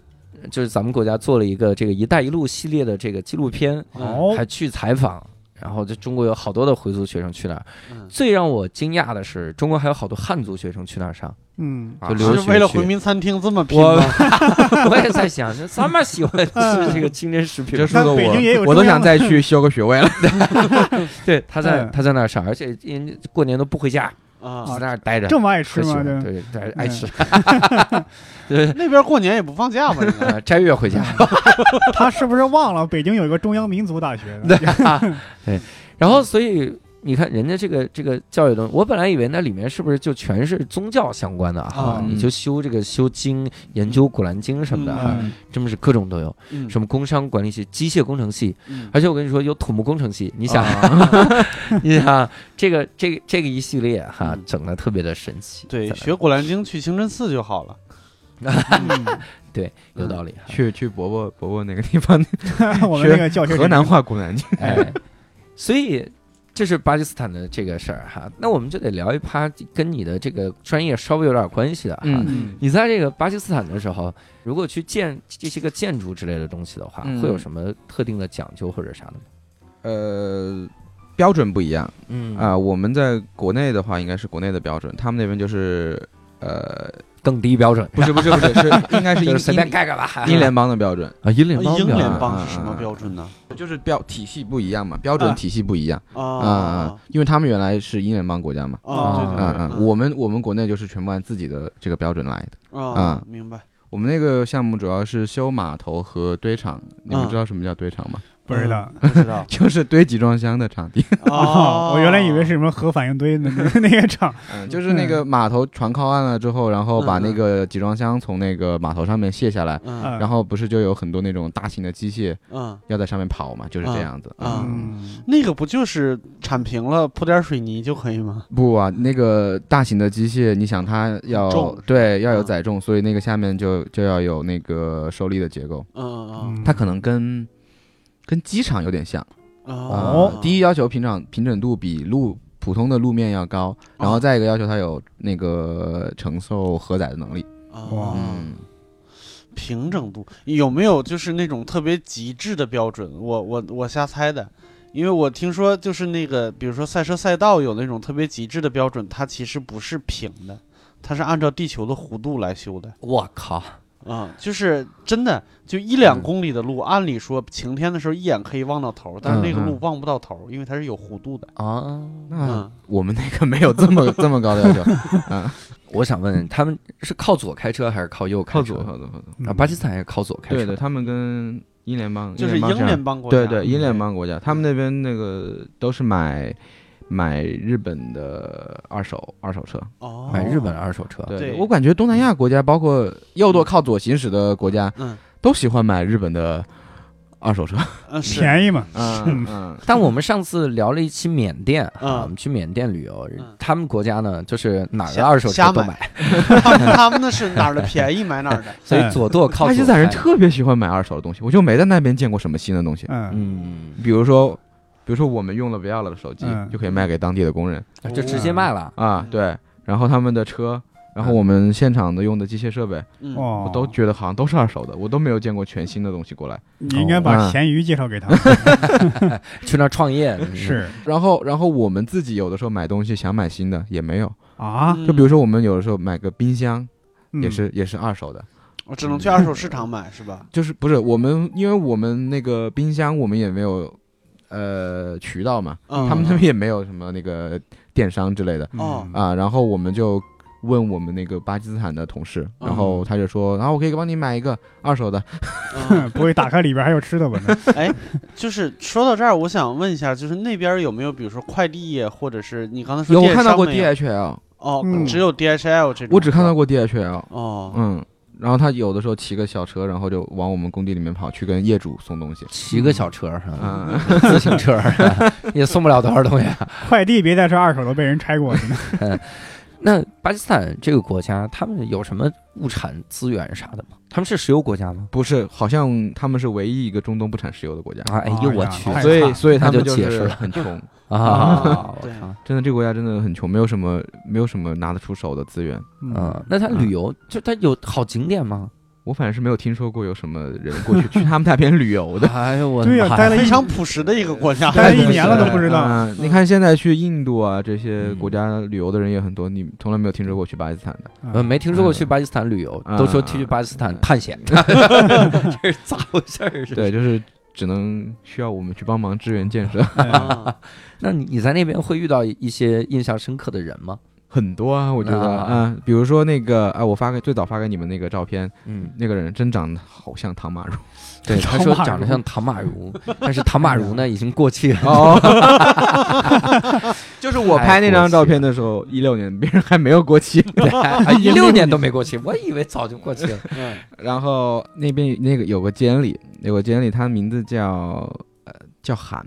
Speaker 1: 就是咱们国家做了一个这个“一带一路”系列的这个纪录片，
Speaker 4: 嗯
Speaker 2: 哦，
Speaker 1: 嗯还去采访。然后，这中国有好多的回族学生去那儿。
Speaker 4: 嗯
Speaker 1: 最让我惊讶的是，中国还有好多汉族学生去那儿上。
Speaker 2: 嗯，
Speaker 1: 就留
Speaker 4: 啊是为了
Speaker 1: 学去
Speaker 4: 回民餐厅这么拼
Speaker 1: 我
Speaker 4: 吗？
Speaker 1: 我也在想，这这么喜欢吃
Speaker 4: 嗯
Speaker 1: 这个清真食品
Speaker 3: 这，说的
Speaker 2: 但北京也有
Speaker 3: 我我都
Speaker 2: 中央
Speaker 3: 想再去修个学位了。
Speaker 1: 对，他在
Speaker 2: 嗯
Speaker 1: 他在那儿上，而且因为过年都不回家，就在
Speaker 4: 啊，
Speaker 1: 那儿待着，
Speaker 2: 这么爱吃
Speaker 1: 可喜
Speaker 2: 吗？
Speaker 1: 欢，
Speaker 2: 这
Speaker 1: 对，对，爱
Speaker 2: 嗯
Speaker 1: 吃，对，
Speaker 4: 那边过年也不放假吧？ 应该啊
Speaker 1: 呃斋月回家。
Speaker 2: 嗯 他是不是忘了北京有一个中央民族大学呢？
Speaker 1: 然后，所以你看人家这个这个教育东西，我本来以为那里面是不是就全是宗教相关的啊
Speaker 4: 啊？
Speaker 1: 你就修这个修经，研究古兰经什么的啊，
Speaker 2: 嗯，
Speaker 1: 真的是各种都有，
Speaker 4: 嗯
Speaker 1: 什么工商管理系、机械工程系，
Speaker 4: 嗯
Speaker 1: 而且我跟你说有土木工程系，你想
Speaker 4: 啊
Speaker 1: 你想这个这个这个一系列哈
Speaker 4: 嗯，
Speaker 1: 整的特别的神奇。
Speaker 4: 对
Speaker 1: 在那
Speaker 4: 学《古兰经》去清真寺就好了。嗯
Speaker 1: 有道理哈。
Speaker 3: 去去伯伯伯伯那个地方，
Speaker 2: 我们那个教学
Speaker 3: 河南话古南京。
Speaker 1: 哎，所以这是巴基斯坦的这个事儿哈。那我们就得聊一趴跟你的这个专业稍微有点关系的哈。
Speaker 3: 嗯
Speaker 1: 你在这个巴基斯坦的时候，如果去建这些个建筑之类的东西的话，
Speaker 3: 嗯
Speaker 1: 会有什么特定的讲究或者啥的吗？
Speaker 3: 呃，标准不一样
Speaker 1: 嗯
Speaker 3: 啊、，我们在国内的话，应该是国内的标准，他们那边就是 呃，
Speaker 1: 更低标准，
Speaker 3: 不是不是不是，是应该是
Speaker 1: 就
Speaker 3: 英
Speaker 1: 是随便啊
Speaker 3: 英
Speaker 1: 盖盖吧。
Speaker 3: 英联邦的标准，
Speaker 1: 啊，英联邦
Speaker 4: 英
Speaker 1: 标
Speaker 4: 联
Speaker 1: 准
Speaker 4: 邦是什么标准呢？
Speaker 3: 就是标体系不一样嘛，标准
Speaker 2: 啊
Speaker 3: 体系不一样啊、
Speaker 4: 啊
Speaker 3: 因为他们原来是英联邦国家嘛。
Speaker 1: 啊
Speaker 3: 嗯
Speaker 4: 啊！对对
Speaker 3: 嗯，
Speaker 4: 对
Speaker 3: 我们我们国内就是全部按自己的这个标准来的。
Speaker 4: 嗯
Speaker 3: 啊
Speaker 4: 啊，明白。
Speaker 3: 我们那个项目主要是修码头和堆场，你们
Speaker 1: 啊
Speaker 4: 嗯
Speaker 3: 知道什么叫堆场吗？
Speaker 2: 不知道。
Speaker 4: 不知 道
Speaker 3: 就是堆集装箱的场地。
Speaker 1: 嗯
Speaker 2: 哦， 我原来以为是什么核反应堆呢，那那个厂
Speaker 1: 啊
Speaker 3: 嗯，就是那个码头船靠岸了之后，然后把那个集装箱从那个码头上面卸下来，
Speaker 4: 嗯
Speaker 2: 啊。
Speaker 3: 然后不是就有很多那种大型的机械
Speaker 4: 嗯，
Speaker 3: 要在上面跑嘛，就是这样子。
Speaker 4: 啊
Speaker 3: 嗯，
Speaker 2: 嗯，
Speaker 4: 那个不就是铲平了铺点水泥就可以吗？
Speaker 3: 不啊，那个大型的机械，你想它要
Speaker 4: 重是吧
Speaker 3: 对要有
Speaker 4: 嗯
Speaker 3: 载重，所以那个下面就就要有那个受力的结构，
Speaker 1: 啊
Speaker 4: 嗯嗯
Speaker 3: 它可能跟。跟机场有点像
Speaker 4: 嗯
Speaker 3: 啊、
Speaker 4: 哦，
Speaker 3: 第一要求平整平整度比路普通的路面要高，然
Speaker 4: 哦
Speaker 3: 后再一个要求它有那个承受荷载的能力。
Speaker 4: 啊
Speaker 2: 哇
Speaker 3: 嗯，
Speaker 4: 平整度有没有就是那种特别极致的标准？我我我瞎猜的，因为我听说就是那个，比如说赛车赛道有那种特别极致的标准，它其实不是平的，它是按照地球的弧度来修的。
Speaker 1: 我靠，
Speaker 4: 啊、就是真的，就一两
Speaker 1: 嗯
Speaker 4: 公里的路，按理说晴天的时候一眼可以望到头，但是
Speaker 3: 嗯
Speaker 4: 那个路望不到头，因为它是有弧度的。
Speaker 1: 啊！
Speaker 3: 那
Speaker 4: 嗯，
Speaker 3: 我们那个没有 这么这么高的要求，
Speaker 1: 我想问他们是靠左开车还是靠右开车？
Speaker 3: 左靠左。
Speaker 2: 嗯
Speaker 1: 啊，巴基斯坦也是靠左开车。
Speaker 3: 对对，他们跟英联邦
Speaker 4: 就是英
Speaker 3: 这样
Speaker 4: 联邦国家。嗯
Speaker 3: 对对英联邦国家，他们那边那个都是买买日本的二手二手车。
Speaker 4: 哦，
Speaker 1: 买日本的二手车。
Speaker 3: 对
Speaker 4: 对
Speaker 3: 我感觉东南亚国家，包括右舵靠左行驶的国家，
Speaker 4: 嗯
Speaker 3: 都喜欢买日本的二手车。
Speaker 4: 嗯是
Speaker 2: 便宜嘛，
Speaker 3: 嗯嗯，
Speaker 1: 但我们上次聊了一期缅甸啊，
Speaker 4: 嗯
Speaker 1: 我们去缅甸旅游
Speaker 4: 嗯，
Speaker 1: 他们国家呢就是哪儿的
Speaker 4: 瞎
Speaker 1: 二手车
Speaker 4: 瞎
Speaker 1: 都
Speaker 4: 买
Speaker 1: 买，
Speaker 4: 他们他们那是哪儿的便宜买哪儿的。
Speaker 1: 所以左舵靠左
Speaker 3: 巴基
Speaker 1: 开。
Speaker 3: 斯坦人特别喜欢买二手的东西，我就没在那边见过什么新的东西。
Speaker 2: 嗯，
Speaker 1: 嗯，
Speaker 3: 比如说，比如说我们用了 Viola 的手机，
Speaker 2: 嗯
Speaker 3: 就可以卖给当地的工人。
Speaker 4: 哦
Speaker 1: 就直接卖了。
Speaker 3: 啊，
Speaker 4: 嗯
Speaker 3: 对，然后他们的车，然后我们现场的用的机械设备，
Speaker 4: 嗯，
Speaker 2: 哦
Speaker 3: 我，都觉得好像都是二手的，我都没有见过全新的东西过来。
Speaker 2: 你应该
Speaker 1: 哦啊
Speaker 2: 把咸鱼介绍给他，
Speaker 1: 去那儿创业嗯
Speaker 2: 是
Speaker 3: 然后，然后我们自己有的时候买东西想买新的也没有，
Speaker 2: 啊，
Speaker 4: 嗯
Speaker 3: 就比如说我们有的时候买个冰箱
Speaker 2: 嗯
Speaker 3: 也是也是二手的，
Speaker 4: 我哦只能去二手市场买是吧？
Speaker 3: 就是不是我们，因为我们那个冰箱我们也没有。呃，渠道嘛，
Speaker 4: 嗯
Speaker 3: 他们那边也没有什么那个电商之类的
Speaker 2: 嗯
Speaker 4: 哦
Speaker 3: 啊，然后我们就问我们那个巴基斯坦的同事，
Speaker 4: 嗯
Speaker 3: 然后他就说，然后我可以帮你买一个二手的，
Speaker 4: 嗯，
Speaker 2: 不会打开里边还有吃 的吧？那
Speaker 4: 就是说到这儿，我想问一下，就是那边有没有，比如说快递业，或者是你刚才说
Speaker 3: 有我
Speaker 4: 电
Speaker 3: 看到
Speaker 4: 商
Speaker 3: 过
Speaker 4: 没有
Speaker 3: DHL，
Speaker 4: 哦，
Speaker 2: 嗯
Speaker 4: 只有 DHL 这种，
Speaker 3: 我只看到过 DHL，
Speaker 4: 哦，
Speaker 3: 嗯，然后他有的时候骑个小车，然后就往我们工地里面跑去跟业主送东西，
Speaker 1: 骑个小车儿哈，
Speaker 3: 嗯，
Speaker 1: 自行车儿 哈也送不了多少东西。
Speaker 2: 快递别再是二手的，被人拆过去呢。
Speaker 1: 那巴基斯坦这个国家，他们有什么物产资源啥的吗？他们是石油国家吗？
Speaker 3: 不是，好像他们是唯一一个中东不产石油的国家，
Speaker 1: 啊，哎
Speaker 2: 哎
Speaker 1: 呦
Speaker 2: 呀
Speaker 1: 我去
Speaker 2: 太
Speaker 3: 所
Speaker 2: 惨
Speaker 3: 以
Speaker 2: 了
Speaker 3: 所以他们
Speaker 1: 那就解
Speaker 3: 就
Speaker 1: 释
Speaker 3: 是
Speaker 1: 了
Speaker 3: 很穷，
Speaker 1: 啊！我
Speaker 4: 对
Speaker 1: 靠，
Speaker 3: 真的这个国家真的很穷，没有什么没有什么拿得出手的资源，
Speaker 1: 嗯，那他旅游就他有好景点吗？
Speaker 3: 我反正是没有听说过有什么人过 去去他们那边旅游的。
Speaker 1: 哎呦我
Speaker 2: 对呀
Speaker 1: 呀，
Speaker 2: 待了
Speaker 4: 非
Speaker 2: 一
Speaker 4: 常朴实的一个国家，
Speaker 2: 待了一年了都不知道嗯
Speaker 3: 嗯你看现在去印度啊这些国家旅游的人也很多，你从来没有听说过去巴基斯坦的。
Speaker 1: 呃，
Speaker 2: 嗯
Speaker 1: 没听说过去巴基斯坦旅游，
Speaker 3: 嗯
Speaker 1: 都说去巴基斯坦探险， 这是咋回事儿？这
Speaker 3: 对，
Speaker 1: 是，
Speaker 3: 就是只能需要我们去帮忙支援建设。
Speaker 4: 啊
Speaker 1: 那你你在那边会遇到一些印象深刻的人吗？
Speaker 3: 很多啊，我觉得，
Speaker 1: 啊
Speaker 3: 嗯，比如说那个，哎，我发给最早发给你们那个照片，
Speaker 1: 嗯，
Speaker 3: 那个人真长得好像唐马绒。
Speaker 1: 对，
Speaker 2: 唐
Speaker 1: 他说
Speaker 2: 马
Speaker 1: 长得
Speaker 2: 如
Speaker 1: 像唐马如，但是唐马如呢已经过气了。
Speaker 3: 哦，就是我拍那张照片的时候，一六年别人还没有过期。
Speaker 1: 哎一六年都没过期，我以为早就过期了。
Speaker 4: 嗯
Speaker 3: 然后那边那个有个监理，有个监理，他名字叫呃叫韩，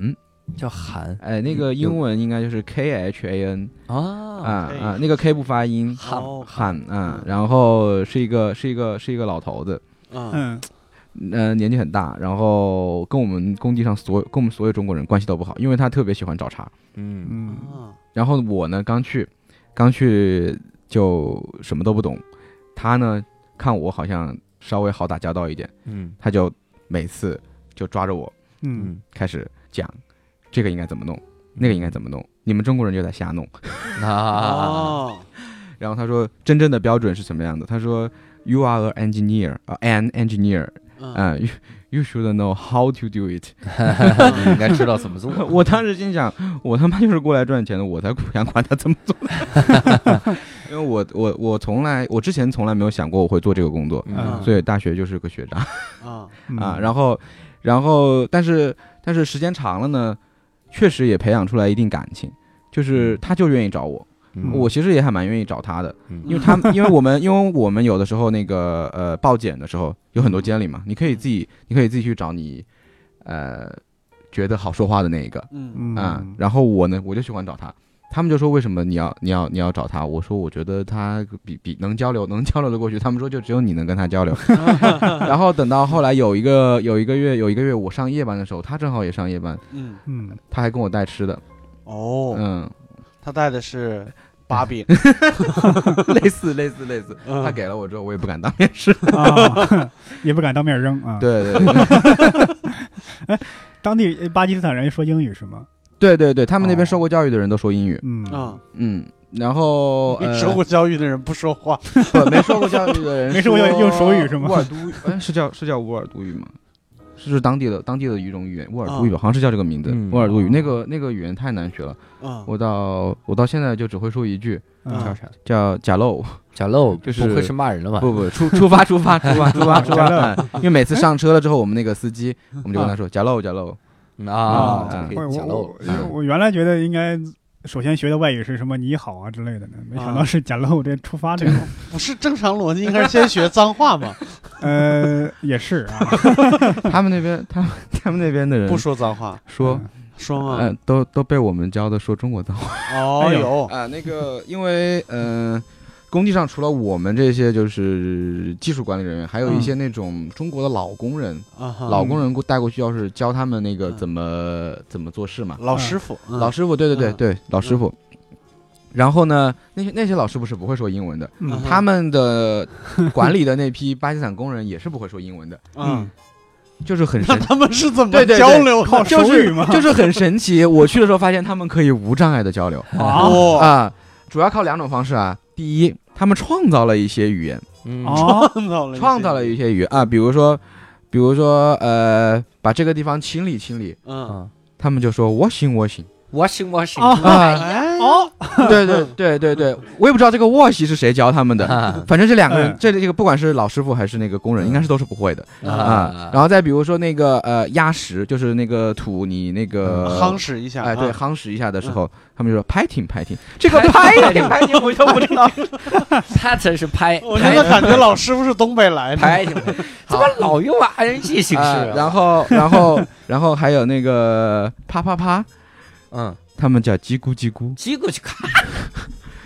Speaker 1: 叫韩
Speaker 3: 哎，那个英文应该就是 K H A N 啊
Speaker 1: 啊，
Speaker 3: 啊，那个 K 不发音，
Speaker 4: 汉
Speaker 3: 汉啊
Speaker 4: 嗯，
Speaker 3: 然后是一个是一个是一个老头子，
Speaker 4: 嗯
Speaker 2: 嗯，
Speaker 3: 呃，年纪很大，然后跟我们工地上所有跟我们所有中国人关系都不好，因为他特别喜欢找茬。
Speaker 1: 嗯
Speaker 2: 嗯，
Speaker 3: 然后我呢刚去，刚去就什么都不懂，他呢看我好像稍微好打交道一点，
Speaker 1: 嗯
Speaker 3: 他就每次就抓着我
Speaker 2: 嗯，
Speaker 1: 嗯，
Speaker 3: 开始讲这个应该怎么弄，那个应该怎么弄，你们中国人就在瞎弄。
Speaker 1: 啊，
Speaker 4: 哦
Speaker 3: 然后他说真正的标准是什么样的？他说 You are a engineer, uh, an engineer,
Speaker 4: 嗯
Speaker 3: 嗯、y o u you should know how to do it 。
Speaker 1: 你应该知道怎么做。
Speaker 3: 我当时心想，我他妈就是过来赚钱的，我才不想管他怎么做 的因为我我我从来我之前从来没有想过我会做这个工作，
Speaker 1: 嗯
Speaker 3: 所以大学就是个学渣
Speaker 4: 啊
Speaker 3: 啊。
Speaker 2: 后
Speaker 3: 然后然后但是但是时间长了呢，确实也培养出来一定感情，就是他就愿意找我，
Speaker 1: 嗯
Speaker 3: 我其实也还蛮愿意找他的。因
Speaker 1: 嗯
Speaker 3: 为他们，因为我们，因为我们有的时候那个呃报检的时候有很多监理嘛，你可以自己，你可以自己去找你，呃，觉得好说话的那一个
Speaker 4: 嗯
Speaker 2: 嗯
Speaker 3: 啊、然后我呢，我就喜欢找他，他们就说为什么你要你要你要找他？我说我觉得他比比能交流能交流的过去。他们说就只有你能跟他 交流。然后等到后来有一个有一个月有一个月我上夜班的时候，他正好也上夜班，
Speaker 4: 嗯
Speaker 2: 嗯，
Speaker 3: 他还跟我带吃的，
Speaker 4: 哦，
Speaker 3: 嗯，
Speaker 4: 他带的是把柄，
Speaker 3: 类似类似类似，
Speaker 4: 嗯
Speaker 3: 他给了我之后，我也不敢当面吃。
Speaker 2: 啊， 也不敢当面扔啊。，
Speaker 3: 对对对。
Speaker 2: 当地呃巴基斯坦人说英语是吗？
Speaker 3: 对对对，他们那边
Speaker 2: 哦
Speaker 3: 受过教育的人都说英语，
Speaker 2: 嗯
Speaker 4: 嗯，
Speaker 3: 嗯，然后呃，
Speaker 4: 受过教育的人不说话，
Speaker 3: 不没受过教育的 人
Speaker 2: 没受过
Speaker 3: 说
Speaker 2: 教育用手语是吗
Speaker 3: 乌尔都语，哎，是叫是叫乌尔都语吗？是当地的当地的一种语言，乌尔都语
Speaker 4: 啊
Speaker 3: 吧，好像是叫这个名字，
Speaker 1: 嗯
Speaker 3: 乌尔都语。那个那个语言太难学了，
Speaker 4: 嗯
Speaker 3: 我到我到现在就只会说一句，
Speaker 1: 叫
Speaker 2: 嗯
Speaker 1: 啥？
Speaker 3: 叫假漏，
Speaker 1: 贾露
Speaker 3: 就是
Speaker 1: 不会是骂人了吧？
Speaker 3: 不不，出出发出发出发出发出
Speaker 2: 假
Speaker 3: 发，
Speaker 2: 漏
Speaker 3: 哎因为每次上车了之后，我们那个司机，我们就跟他说假漏假漏，
Speaker 1: 啊，
Speaker 3: 啊
Speaker 1: 就
Speaker 2: 我
Speaker 1: 可以贾露
Speaker 2: 我 我我原来觉得应该首先学的外语是什么你好啊之类的呢，没想到是简陋这出发这个，
Speaker 4: 不是正常逻辑，应该是先学脏话嘛，
Speaker 2: 呃，也是啊，
Speaker 3: 他们那边他们他们那边的人
Speaker 4: 不说脏话，
Speaker 3: 说，
Speaker 4: 说嘛，
Speaker 3: 嗯，都都被我们教的说中国脏话。
Speaker 4: 哦
Speaker 2: 哎呦
Speaker 4: 有，
Speaker 3: 啊，那个，因为呃，工地上除了我们这些就是技术管理人员，还有一些那种中国的老工人，
Speaker 4: 嗯啊哈
Speaker 3: 老工人过带过去，要是教他们那个
Speaker 4: 嗯
Speaker 3: 怎么、怎么做事嘛。
Speaker 4: 老师傅，嗯
Speaker 3: 老师傅，对对对、
Speaker 4: 嗯
Speaker 3: 对，老师傅。然后呢，那些那些老师傅是不会说英文的，
Speaker 2: 嗯
Speaker 4: 嗯
Speaker 3: 他们的管理的那批巴基斯坦工人也是不会说英文的，
Speaker 4: 嗯，
Speaker 3: 就是很
Speaker 4: 那
Speaker 3: 神。
Speaker 4: 他们是怎么
Speaker 3: 对对对
Speaker 4: 交流的？
Speaker 3: 就
Speaker 2: 手语
Speaker 3: 是
Speaker 2: 吗
Speaker 3: 就是很神奇，我去的时候发现他们可以无障碍的交流，
Speaker 1: 嗯
Speaker 2: 啊
Speaker 4: 哦，
Speaker 3: 啊，主要靠两种方式啊。第一，他们创造了一些语言，
Speaker 1: 嗯
Speaker 2: 哦，
Speaker 4: 创造了
Speaker 3: 创造了
Speaker 4: 一
Speaker 3: 一
Speaker 4: 些，
Speaker 3: 些语言啊，比如说，比如说，呃，把这个地方清理清理，
Speaker 4: 嗯，
Speaker 1: 啊，
Speaker 3: 他们就说我行我行
Speaker 1: 我行我行
Speaker 2: 哦
Speaker 3: 啊，
Speaker 4: 哎
Speaker 2: 哦，
Speaker 3: 对对对对对，我也不知道这个卧息是谁教他们的，
Speaker 1: 啊
Speaker 3: 反正这两个人
Speaker 2: 嗯，
Speaker 3: 这这个不管是老师傅还是那个工人，
Speaker 1: 嗯
Speaker 3: 应该是都是不会的啊。然后再比如说那个呃压实，就是那个土你那个
Speaker 4: 嗯夯实一下，
Speaker 3: 哎对
Speaker 4: 啊，
Speaker 3: 夯实一下的时候，他们就说拍挺拍挺，这个
Speaker 1: 拍
Speaker 3: 拍
Speaker 1: 挺
Speaker 3: 挺
Speaker 1: 拍
Speaker 3: 拍挺我就不知道。
Speaker 1: 他真是拍，
Speaker 4: 我现在感觉老师傅是东北来的，
Speaker 1: 拍挺拍，怎么老用 ing 形式
Speaker 3: 啊
Speaker 1: 啊？
Speaker 3: 然后然后然后还有那个啪啪啪，
Speaker 1: 嗯，
Speaker 3: 他们叫叽咕叽咕。
Speaker 1: 击过去咔。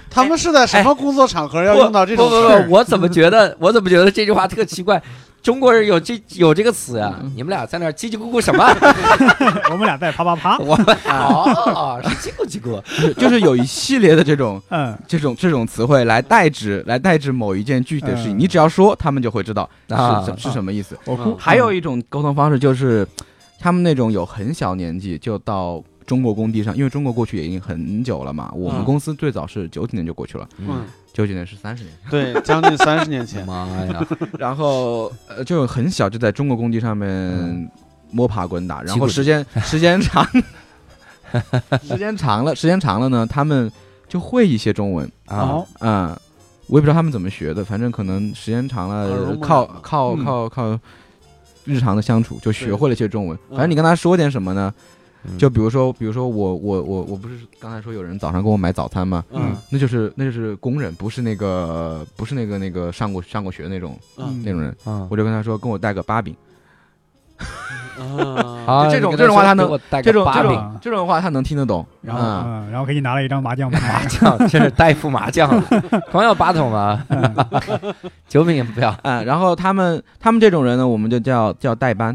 Speaker 4: 他们是在什么工作场合要
Speaker 1: 不
Speaker 4: 用到这种
Speaker 1: 不
Speaker 4: 事
Speaker 1: 不
Speaker 4: 儿
Speaker 1: 不，？我怎么觉得我怎么觉得这句话特奇怪？中国人有这有这个词呀、你们俩在那儿叽叽咕咕什么？啊
Speaker 2: 我们俩在啪啪 啪，
Speaker 1: 我们哦，是叽咕叽咕。
Speaker 3: 就是有一系列的这种
Speaker 2: 嗯，
Speaker 3: 这种这种词汇来代指来代指某一件具体的事情，
Speaker 2: 嗯
Speaker 3: 你只要说，他们就会知道是、
Speaker 1: 啊
Speaker 3: 是是什么意思。
Speaker 2: 我
Speaker 4: 嗯
Speaker 2: 哭，
Speaker 3: 还有一种沟通方式就是，他们那种有很小年纪就到中国工地上，因为中国过去也已经很久了嘛。我们
Speaker 4: 嗯
Speaker 3: 公司最早是九几年就过去了，
Speaker 4: 嗯，
Speaker 3: 九几年是三十年。
Speaker 4: 对，将近三十年 前，
Speaker 1: 妈呀！
Speaker 3: 然后呃，就很小就在中国工地上
Speaker 4: 嗯
Speaker 3: 面摸爬滚打，然
Speaker 1: 屁股
Speaker 3: 后
Speaker 1: 底
Speaker 3: 时间时间长， 时间长了，时间长了呢，他们就会一些中文
Speaker 1: 啊
Speaker 2: 哦，
Speaker 3: 啊、我也不知道他们怎么学的，反正可能时间长
Speaker 4: 耳濡
Speaker 3: 了，
Speaker 4: 目染
Speaker 3: 靠
Speaker 4: 吧
Speaker 3: 靠
Speaker 2: 嗯
Speaker 3: 靠靠日常的相处就学
Speaker 4: 对
Speaker 3: 会了一些中文。
Speaker 4: 嗯
Speaker 3: 反正你跟他说点什么呢？
Speaker 1: 嗯
Speaker 3: 就比如说，比如说我我我我不是刚才说有人早上给我买早餐吗？
Speaker 4: 嗯
Speaker 3: 那就是那就是工人，不是那个不是那个那个上过上过学的那种
Speaker 4: 嗯
Speaker 3: 那种人。
Speaker 1: 啊
Speaker 3: 我就跟他说，跟我带个八饼。
Speaker 4: 嗯，
Speaker 1: 啊！
Speaker 3: 这种
Speaker 1: 你跟
Speaker 3: 这种话
Speaker 1: 说
Speaker 3: 他能
Speaker 1: 给我带
Speaker 3: 这
Speaker 1: 个
Speaker 3: 种
Speaker 1: 把
Speaker 3: 这
Speaker 1: 柄
Speaker 2: 饼
Speaker 3: 种这种话他能听得懂，
Speaker 2: 然后
Speaker 3: 嗯
Speaker 2: 嗯，然后给你拿了一张麻将
Speaker 1: 麻
Speaker 2: 牌，
Speaker 1: 将，真是带副麻将啊了，光要八筒吗？ 九饼也不要，
Speaker 3: 啊、然后他们他们这种人呢，我们就叫叫代班，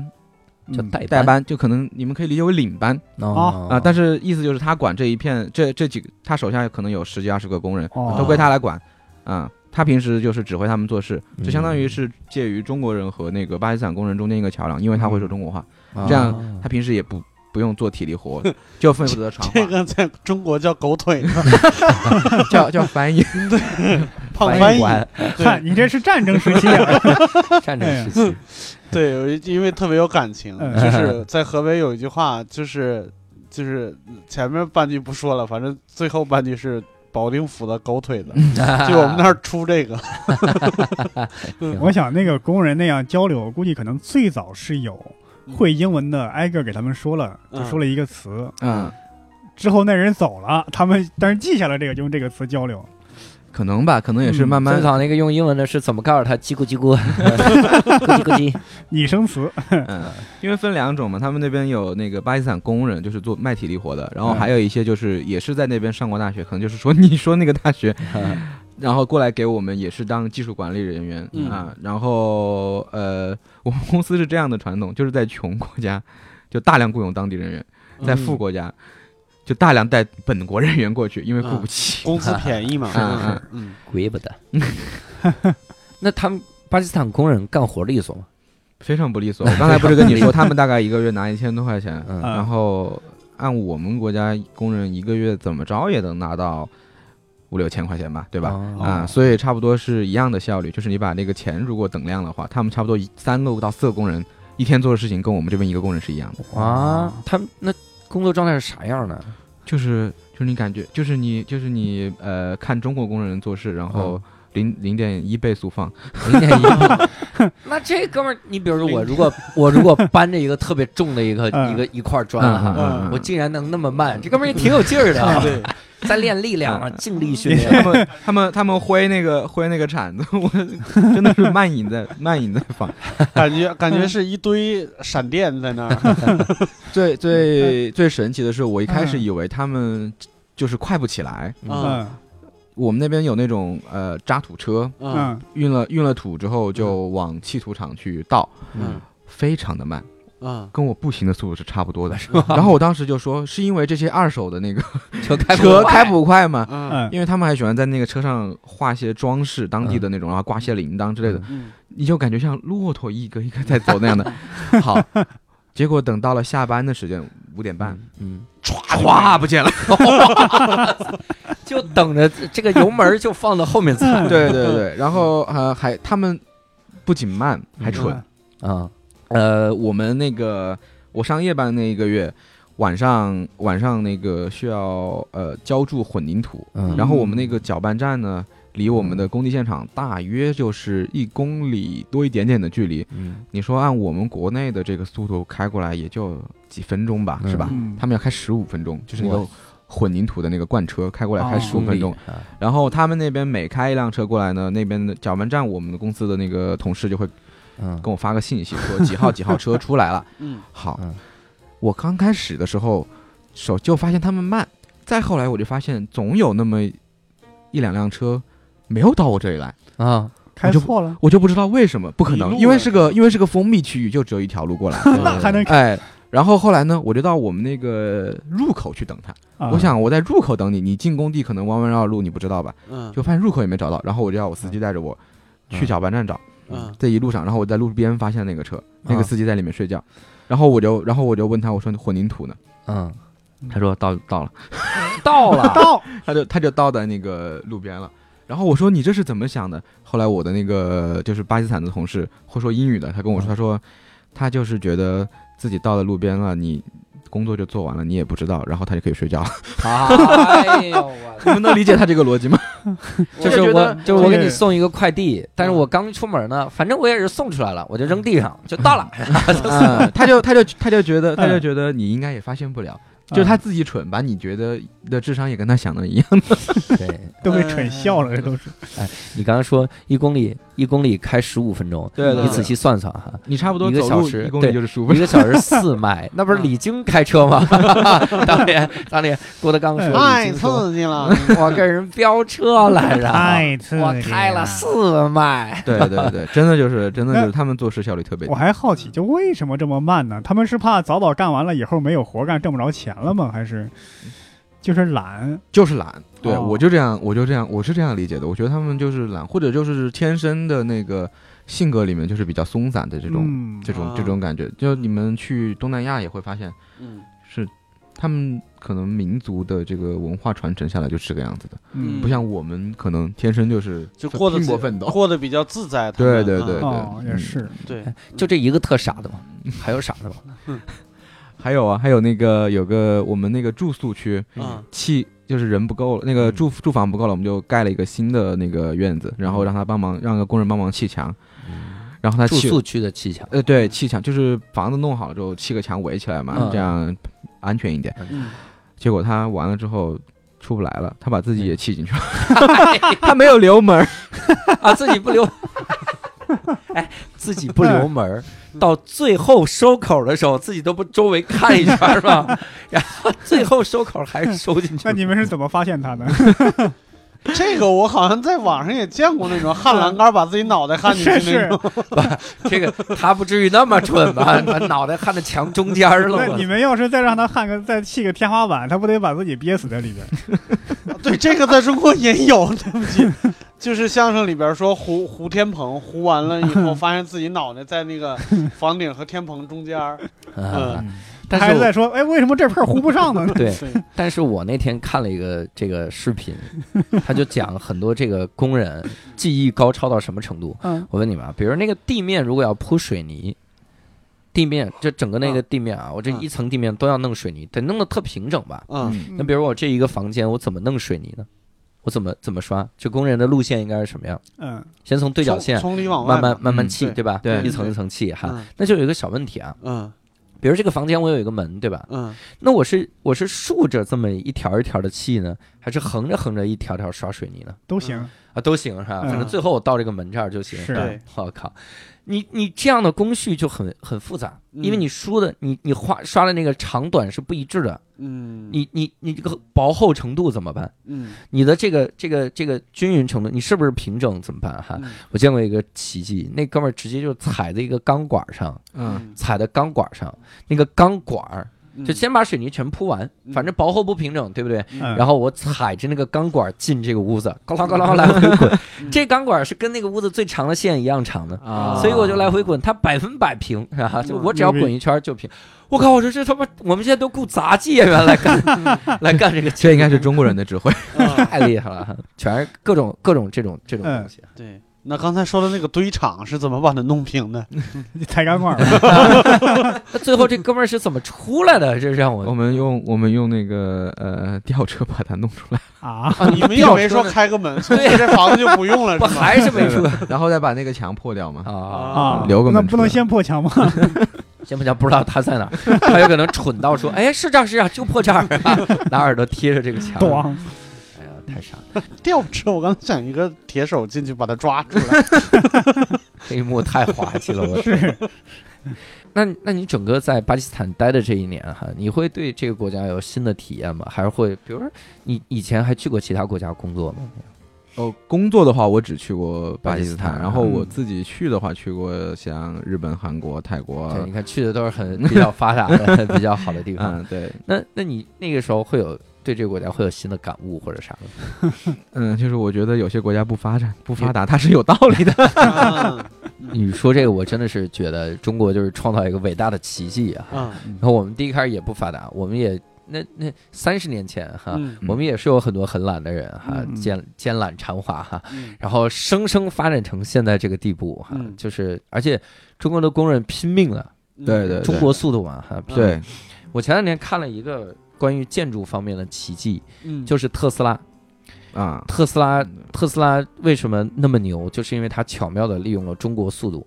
Speaker 1: 就
Speaker 2: 嗯
Speaker 1: 带
Speaker 3: 代班就可能你们可以理解为领班
Speaker 1: 哦
Speaker 3: 啊、但是意思就是他管这一片这这几个，他手下可能有十几二十个工人，
Speaker 2: 哦
Speaker 3: 都归他来管，啊、他平时就是指挥他们做事，
Speaker 1: 嗯
Speaker 3: 就相当于是介于中国人和那个巴基斯坦工人中间一个桥梁，因为他会说中国话，
Speaker 1: 啊
Speaker 3: 这样他平时也不不用做体力活，就负责传
Speaker 4: 这
Speaker 3: 话，
Speaker 4: 个在中国叫狗 腿呢，
Speaker 3: 叫叫翻译。
Speaker 4: 胖
Speaker 1: 翻哎
Speaker 4: 翻译。
Speaker 1: 官
Speaker 2: 看你这是战争时期啊，
Speaker 1: 战争时期，
Speaker 4: 对，有一因为特别有感情，
Speaker 2: 嗯
Speaker 4: 就是在河北有一句话，就是就是前面半句不说了，反正最后半句是保定府的狗腿子， 就我们那儿出这 个，
Speaker 2: 我想那个工人那样交流，估计可能最早是有会英文的挨个给他们说了，就说了一个词，
Speaker 3: 嗯，
Speaker 2: 之后那人走了， 他们但是记下来这个，就用这个词交流，
Speaker 3: 可能吧，可能也是
Speaker 2: 嗯
Speaker 3: 慢慢
Speaker 1: 最早那个用英文的是怎么告诉他叽咕叽 咕，咕叽咕叽，
Speaker 2: 拟声词，
Speaker 3: 嗯， 因为分两种嘛，他们那边有那个巴基斯坦工人，就是做卖体力活的，然后
Speaker 2: 嗯
Speaker 3: 还有一些就是也是在那边上过大学，可能就是说你说那个大学，然后过来给我们也是当技术管理人员、
Speaker 4: 嗯
Speaker 3: 啊。然后呃，我们公司是这样的传统，就是在穷国家就大量雇佣当地人员，在富国家就大量带本国人员过去，因为雇不起。
Speaker 4: 工资便宜嘛，
Speaker 3: 是
Speaker 4: 就是
Speaker 3: 是
Speaker 4: 嗯，
Speaker 1: 鬼不得。那他们巴基斯坦工人干活利索吗？
Speaker 3: 非常不利索。我刚才不是跟你说，他们大概一个月拿一千多块钱，
Speaker 1: 嗯
Speaker 3: 然后按我们国家工人一个月怎么着也能拿到五六千块钱吧，对
Speaker 1: 对
Speaker 3: 吧？
Speaker 2: 哦
Speaker 3: 啊，所以差不多是一样的效率，就是你把那个钱如果等量的话，他们差不多一三个到四个工人一天做的事情跟我们这边一个工人是一样的，
Speaker 1: 啊，他们那工作状态是啥样 呢？
Speaker 3: 就是就是你感觉就是你就是你呃看中国工人做事，然后零零点一倍速放，
Speaker 1: 零点一。那这哥们儿，你比如说我，如果我如果搬着一个特别重的一个
Speaker 2: 嗯
Speaker 1: 一个一块砖
Speaker 3: 嗯
Speaker 1: 啊，
Speaker 3: 嗯
Speaker 1: 我竟然能那么慢，这哥们儿也挺有劲儿的啊，
Speaker 4: 嗯对，
Speaker 1: 在练力量啊，
Speaker 3: 嗯
Speaker 1: 尽力训
Speaker 3: 他
Speaker 1: 练。
Speaker 3: 们他们他们挥那个挥那个铲子，我真的是慢影在慢影在放。
Speaker 4: 感觉感觉是一堆闪电在那儿，
Speaker 3: 最最最神奇的是，我一开始
Speaker 2: 嗯
Speaker 3: 以为他们就是快不起来。
Speaker 4: 嗯
Speaker 2: 嗯
Speaker 3: 我们那边有那种呃渣土车，
Speaker 4: 嗯
Speaker 2: 嗯，
Speaker 3: 运了运了土之后就往砌土场去倒，
Speaker 1: 啊
Speaker 4: 嗯
Speaker 3: 非常的慢，
Speaker 4: 嗯，
Speaker 3: 跟我步行的速度是差不多的。然后我当时就说，是因为这些二手的那个
Speaker 1: 车开
Speaker 3: 车开
Speaker 1: 不
Speaker 3: 不快吗？
Speaker 4: 嗯
Speaker 2: 嗯，
Speaker 3: 因为他们还喜欢在那个车上画些装饰，当地的那种，然后挂些铃铛之类的，
Speaker 4: 嗯，
Speaker 3: 你就感觉像骆驼一个一个在走那样的。好，结果等到了下班的时间五点半，，
Speaker 1: 嗯，
Speaker 3: 唰不见了。
Speaker 1: 就等着这个油门儿就放到后面 踩
Speaker 3: 对对对，然后呃还他们不仅慢还蠢，
Speaker 2: 嗯
Speaker 1: 啊，
Speaker 3: 呃我们那个我上夜班那一个月，晚上晚上那个需要呃浇筑混凝土，
Speaker 1: 嗯
Speaker 3: 然后我们那个搅拌站呢，离我们的工地现场大约就是一公里多一点点的距离。
Speaker 1: 嗯，
Speaker 3: 你说按我们国内的这个速度开过来，也就几分钟吧，
Speaker 1: 嗯
Speaker 3: 是吧？
Speaker 2: 嗯
Speaker 3: 他们要开十五分钟，就是那个
Speaker 1: 哇
Speaker 3: 混凝土的那个罐车开过来开
Speaker 2: 哦
Speaker 3: 十五分钟，
Speaker 1: 啊
Speaker 3: 然后他们那边每开一辆车过来呢，那边的搅拌站我们的公司的那个同事就会
Speaker 1: 嗯，
Speaker 3: 跟我发个信息说几号几号车出 来了。
Speaker 4: 嗯，
Speaker 3: 好
Speaker 1: 嗯，
Speaker 3: 我刚开始的时候手就发现他们慢，再后来我就发现总有那么一两辆车没有到我这里来，
Speaker 1: 啊，
Speaker 2: 开错了，
Speaker 3: 我就不知道为什么，不可
Speaker 4: 迷
Speaker 3: 能，
Speaker 4: 路
Speaker 3: 因为
Speaker 4: 了
Speaker 3: 是个因为是个封闭区域，就只有一条路过来。
Speaker 2: 那还能
Speaker 3: 哎，然后后来呢，我就到我们那个入口去等他。
Speaker 2: 啊
Speaker 3: 我想我在入口等你，你进工地可能弯弯绕路，你不知道吧？
Speaker 4: 嗯，
Speaker 3: 就发现入口也没找到，然后我就要我司机带着我去搅拌站找。
Speaker 4: 嗯
Speaker 3: 这一路上，然后我在路边发现那个车，那
Speaker 1: 啊
Speaker 3: 个司机在里面睡觉，然后我就然后我就问他，我说混凝土呢？
Speaker 1: 嗯，
Speaker 3: 他说到到了，
Speaker 1: 到了，
Speaker 2: 到
Speaker 3: 他就他就倒在那个路边了。然后我说你这是怎么想的？后来我的那个就是巴基斯坦的同事会说英语的，他跟我
Speaker 1: 嗯
Speaker 3: 说，他说他就是觉得自己到了路边了，你工作就做完了，你也不知道，然后他就可以睡觉了。
Speaker 1: 哎呦我。
Speaker 3: 你们能理解他这个逻辑吗？
Speaker 1: 就是
Speaker 3: 我
Speaker 1: 我
Speaker 3: 就觉得，
Speaker 1: 就是我
Speaker 2: 这
Speaker 1: 给
Speaker 2: 个
Speaker 1: 你送一个快递，但是我刚出门呢，反正我也是送出来了，我就扔地上 就到了。
Speaker 3: 嗯，他就他就他就觉得他就觉得你应该也发现不了，就是他自己蠢，把你觉得的智商也跟他想的一样。
Speaker 1: 对
Speaker 2: 都被蠢笑了，这都是
Speaker 1: 你刚刚说一公里一公里开十五分钟，
Speaker 3: 对
Speaker 4: 对
Speaker 1: 你仔细算算哈，
Speaker 3: 你差不多
Speaker 1: 一个
Speaker 3: 走
Speaker 1: 小
Speaker 3: 路
Speaker 1: 时
Speaker 3: 一公
Speaker 1: 对
Speaker 3: 里就是十五分
Speaker 1: 一
Speaker 3: 钟。
Speaker 1: 个小时四迈，那不是李菁开车吗？ 当年当年郭德纲 说李
Speaker 4: 哎太
Speaker 1: 菁说，
Speaker 4: 刺激了，
Speaker 1: 我跟人飙车来着，
Speaker 2: 次
Speaker 1: 哎我开了四迈。
Speaker 3: 对对对，真的就是真的就是他们做事效率特别低
Speaker 2: 我。还好奇，就为什么这么慢呢？他们是怕早早干完了以后没有活干，挣不着钱了吗？还是就是懒？
Speaker 3: 就是懒。对，
Speaker 2: 哦
Speaker 3: 我就这样，我就这样，我是这样理解的。我觉得他们就是懒，或者就是天生的那个性格里面就是比较松散的这种、
Speaker 2: 嗯
Speaker 3: 这种
Speaker 4: 啊
Speaker 3: 这种感觉。就你们去东南亚也会发现，
Speaker 4: 嗯
Speaker 3: 是他们可能民族的这个文化传承下来就是这个样子的，
Speaker 2: 嗯
Speaker 3: 不像我们可能天生就是
Speaker 4: 就过得
Speaker 3: 拼搏
Speaker 4: 自
Speaker 3: 奋斗。
Speaker 4: 过得比较自在。他
Speaker 3: 对
Speaker 4: 们
Speaker 3: 对
Speaker 4: 啊
Speaker 3: 对对，
Speaker 2: 哦，也是
Speaker 4: 对，
Speaker 1: 就这一个特傻的吗？还有傻的吗？
Speaker 3: 还有啊，还有那个有个我们那个住宿区，
Speaker 4: 嗯
Speaker 3: 气就是人不够了，那个
Speaker 1: 嗯
Speaker 3: 住住房不够了，我们就盖了一个新的那个院子，然后让他帮忙，让个工人帮忙砌墙，然后他
Speaker 1: 嗯住
Speaker 3: 砌
Speaker 1: 宿区的砌墙，
Speaker 3: 呃，对，砌墙就是房子弄好了之后砌个墙围起来嘛，
Speaker 1: 嗯
Speaker 3: 这样安全一点。
Speaker 4: 嗯，
Speaker 3: 结果他完了之后出不来了，他把自
Speaker 1: 嗯
Speaker 3: 己也砌进去了，
Speaker 1: 他没有留 门儿 啊，自己不留。 哎，自己不留门儿，到最后收口的时候，自己都不周围看一圈儿 吗？然后最后收口还是收进去
Speaker 2: 那
Speaker 1: 了。
Speaker 2: 你们是怎么发现他的？
Speaker 4: 这个我好像在网上也见过那种焊栏杆把自己脑袋焊进去
Speaker 2: 是
Speaker 4: 那
Speaker 2: 是
Speaker 4: 种。，
Speaker 1: 这个他不至于那么蠢吧？把脑袋焊在墙中间儿了
Speaker 2: 那
Speaker 1: 我
Speaker 2: 你们要是再让他焊个再砌个天花板，他不得把自己憋死在里边？
Speaker 4: 对，这个在中国也有，对不起，就是相声里边说胡胡天蓬胡完了以后，发现自己脑袋在那个房顶和天棚中间儿。
Speaker 1: 啊
Speaker 4: 嗯，
Speaker 1: 但
Speaker 2: 还
Speaker 1: 是
Speaker 2: 是在
Speaker 1: 我
Speaker 2: 说，哎，为什么这片儿糊不上呢？
Speaker 1: 对，
Speaker 4: 对，嗯
Speaker 1: 但是我那天看了一个这个视频， 他就讲很多这个工人技艺高超到什么程度。
Speaker 2: 嗯
Speaker 1: 我问你们啊，比如那个地面如果要铺水泥，地面就整个那
Speaker 4: 嗯
Speaker 1: 个地面啊，我这一层地面都要弄水泥，得弄得特平整吧？
Speaker 4: 嗯，
Speaker 1: 那比如我这一个房间，我怎么弄水泥呢？我怎么怎么刷？这工人的路线应该是什么样？
Speaker 2: 嗯，
Speaker 1: 先从对角线
Speaker 4: 从从里往外
Speaker 1: 慢慢
Speaker 4: 嘛
Speaker 1: 慢慢
Speaker 3: 嗯
Speaker 1: 砌，
Speaker 4: 对
Speaker 1: 对吧？
Speaker 3: 对
Speaker 1: 一层一层砌哈。
Speaker 4: 嗯
Speaker 1: 那就有一个小问题啊，
Speaker 4: 嗯
Speaker 1: 比如这个房间我有一个门，对吧？
Speaker 4: 嗯
Speaker 1: 那我是我是竖着这么一条一条的砌呢，还是横着横着一条条刷水泥呢？
Speaker 2: 都行。
Speaker 1: 啊，都行是吧？
Speaker 2: 嗯
Speaker 1: 反正最后我到这个门这儿就行。
Speaker 2: 是
Speaker 4: 对
Speaker 1: 我靠，你你这样的工序就很很复杂，
Speaker 4: 嗯
Speaker 1: 因为你输的你你画刷的那个长短是不一致的，
Speaker 4: 嗯，
Speaker 1: 你你你这个薄厚程度怎么办？
Speaker 4: 嗯
Speaker 1: 你的这个这个这个均匀程度，你是不是平整怎么办？哈，
Speaker 4: 嗯
Speaker 1: 我见过一个奇迹，那哥们儿直接就踩在一个钢管上，
Speaker 3: 嗯，
Speaker 1: 踩在钢管上，那个钢管儿
Speaker 4: 嗯
Speaker 1: 就先把水泥全铺完，
Speaker 4: 嗯
Speaker 1: 反正薄厚不平整，对不对？
Speaker 2: 嗯
Speaker 1: 然后我踩着那个钢管进这个屋子，咣啷咣啷来回滚。这钢管是跟那个屋子最长的线一样长的，
Speaker 3: 啊
Speaker 1: 所以我就来回滚，它百分百平，啊，就我只要
Speaker 2: 牛逼
Speaker 1: 滚一圈就平。我靠，我说这他妈，我们现在都雇杂技演员来干来干这个，
Speaker 3: 这应该是中国人的智慧。
Speaker 4: 嗯
Speaker 1: 太厉害了，全是各种各种这种这种
Speaker 2: 嗯
Speaker 1: 东西。
Speaker 4: 对，那刚才说的那个堆场是怎么把它弄平的？
Speaker 2: 你 抬钢管儿吧，
Speaker 1: 那最后这哥们儿是怎么出来的？这让
Speaker 3: 我
Speaker 1: 我
Speaker 3: 们用我们用那个呃吊车把它弄出来，
Speaker 2: 啊，
Speaker 4: 啊、你们又没说开个 门，所以这房子就 不用了，
Speaker 1: 不
Speaker 4: 是吗？
Speaker 1: 还是 没出
Speaker 3: 然后再把那个墙破掉嘛。
Speaker 1: 啊？
Speaker 2: 啊，
Speaker 3: 留个
Speaker 2: 那
Speaker 3: 门
Speaker 2: 不
Speaker 3: 出
Speaker 2: 能
Speaker 3: 来
Speaker 2: 先破墙吗？
Speaker 1: 先不讲不知道他在哪儿，他有可能蠢到说：“哎，是这儿是这儿，就破这儿、啊。”拿耳朵贴着这个墙。
Speaker 2: 咣，
Speaker 1: 哎呀，太傻了！
Speaker 4: 吊车，我刚才想一个铁手进去把它抓出来。
Speaker 1: 这一幕太滑稽了，我是。 那那你整个在巴基斯坦待的这一年哈，你会对这个国家有新的体验吗？还是会，比如说你以前还去过其他国家工作吗？
Speaker 3: 哦，工作的话，我只去过巴
Speaker 1: 巴基
Speaker 3: 基斯
Speaker 1: 斯坦
Speaker 3: 坦，然后我自己去的话，去过像日本、韩国、泰国。
Speaker 1: 对，你啊看去的都是很比较发达的、比较好的地方。
Speaker 3: 呃嗯，对，
Speaker 1: 那那你那个时候会有对这个国家会有新的感悟或者啥吗？
Speaker 3: 嗯，就是我觉得有些国家不发展、不发达，它是有道 理的。
Speaker 4: 嗯
Speaker 1: 你说这个，我真的是觉得中国就是创造一个伟大的奇迹啊！
Speaker 4: 嗯
Speaker 1: 然后我们第一开始也不发达，我们也那那三十年前哈，
Speaker 4: 嗯
Speaker 1: 我们也是有很多很懒的人哈，
Speaker 2: 嗯
Speaker 1: 奸奸懒馋滑哈，
Speaker 4: 嗯
Speaker 1: 然后生生发展成现在这个地步哈，
Speaker 4: 嗯
Speaker 1: 就是而且中国的工人拼命了，
Speaker 3: 对对
Speaker 1: 中国速度嘛哈，拼命。
Speaker 3: 对，
Speaker 1: 我前两天看了一个关于建筑方面的奇迹，
Speaker 4: 嗯
Speaker 1: 就是特斯拉，
Speaker 3: 啊，
Speaker 1: 特斯拉。特斯拉为什么那么牛？就是因为它巧妙的利用了中国速度。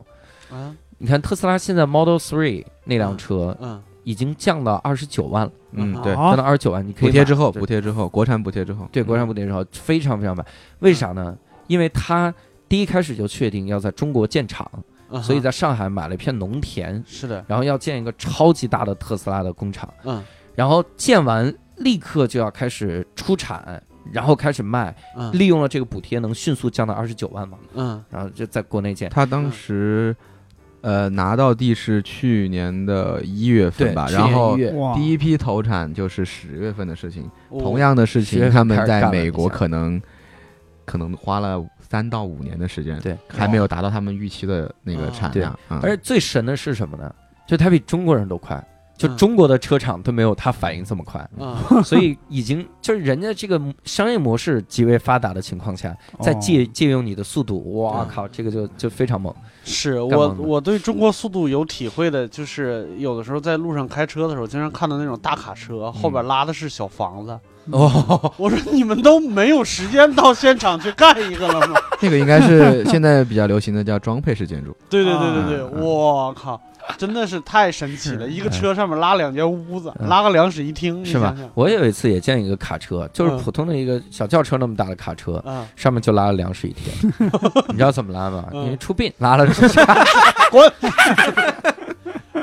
Speaker 4: 啊
Speaker 1: 你看特斯拉现在 Model Three 那辆车
Speaker 4: 嗯
Speaker 1: 已经降到二十九万了，
Speaker 3: 嗯，对，
Speaker 1: 降
Speaker 2: 啊
Speaker 1: 到，二十九万，你可以
Speaker 3: 补贴
Speaker 1: 买
Speaker 3: 之后，
Speaker 1: 对
Speaker 3: 补贴之后，国产补贴之后，嗯
Speaker 1: 对国
Speaker 4: 嗯
Speaker 1: 产补贴之后非常非常慢，为啥呢？因为它第一开始就确定要在中国建厂，
Speaker 4: 啊哈
Speaker 1: 所以在上海买了一片农田，
Speaker 4: 是的，
Speaker 1: 然后要建一个超级大的特斯拉的工厂，
Speaker 4: 嗯
Speaker 1: 然后建完立刻就要开始出产，然后开始卖，
Speaker 4: 嗯
Speaker 1: 利用了这个补贴能迅速降到二十九万嘛，
Speaker 4: 嗯
Speaker 1: 然后就在国内建。
Speaker 3: 他当时呃拿到地是去年的一月份
Speaker 1: 对，
Speaker 3: 吧，
Speaker 1: 去
Speaker 3: 然
Speaker 1: 年
Speaker 3: 后
Speaker 1: 一月
Speaker 2: 哇，
Speaker 3: 第一批投产就是十月份的事情。
Speaker 4: 我
Speaker 3: 同样的事
Speaker 1: 10月
Speaker 3: 情，
Speaker 1: 份
Speaker 3: 他们
Speaker 1: 开始干
Speaker 3: 在
Speaker 1: 了
Speaker 3: 美国
Speaker 1: 一下
Speaker 3: 可能可能花了三到五年的时间，
Speaker 1: 对，啊
Speaker 3: 还没有达到他们预期的那个
Speaker 4: 哦
Speaker 3: 产
Speaker 1: 对
Speaker 3: 量。嗯
Speaker 1: 而且最神的是什么呢？就它比中国人都快，就
Speaker 4: 嗯
Speaker 1: 中国的车厂都没有它反应这么快，
Speaker 4: 啊
Speaker 1: 所以已经就是人家这个 商业模式极为发达的情况下，再
Speaker 2: 哦
Speaker 1: 借借用你的速度，哇
Speaker 4: 嗯
Speaker 1: 靠，这个就就非常猛。
Speaker 4: 是
Speaker 1: 干
Speaker 4: 我
Speaker 1: 嘛呢
Speaker 4: 我对中国速度有体会的，就是有的时候在路上开车的时候，经常看到那种大卡车后边拉的是小房子。
Speaker 1: 哦，
Speaker 4: 我说你们都没有时间到现场去干一个了吗？
Speaker 3: 那个应该是现在比较流行的叫装配式建筑，
Speaker 4: 对对对对对，
Speaker 3: 啊
Speaker 4: 我靠，真的是太神奇了！一个车上面拉两间屋子，
Speaker 1: 嗯
Speaker 4: 拉个两室一厅，
Speaker 1: 是吧
Speaker 4: 你想？想
Speaker 1: 我有一次也见一个卡车，就是
Speaker 4: 嗯
Speaker 1: 普通的一个小轿车那么大的卡车，
Speaker 4: 啊，
Speaker 1: 上面就拉了两室一 厅。你知道怎么拉吗？
Speaker 4: 嗯
Speaker 1: 因为出殡拉了出去
Speaker 4: 滚！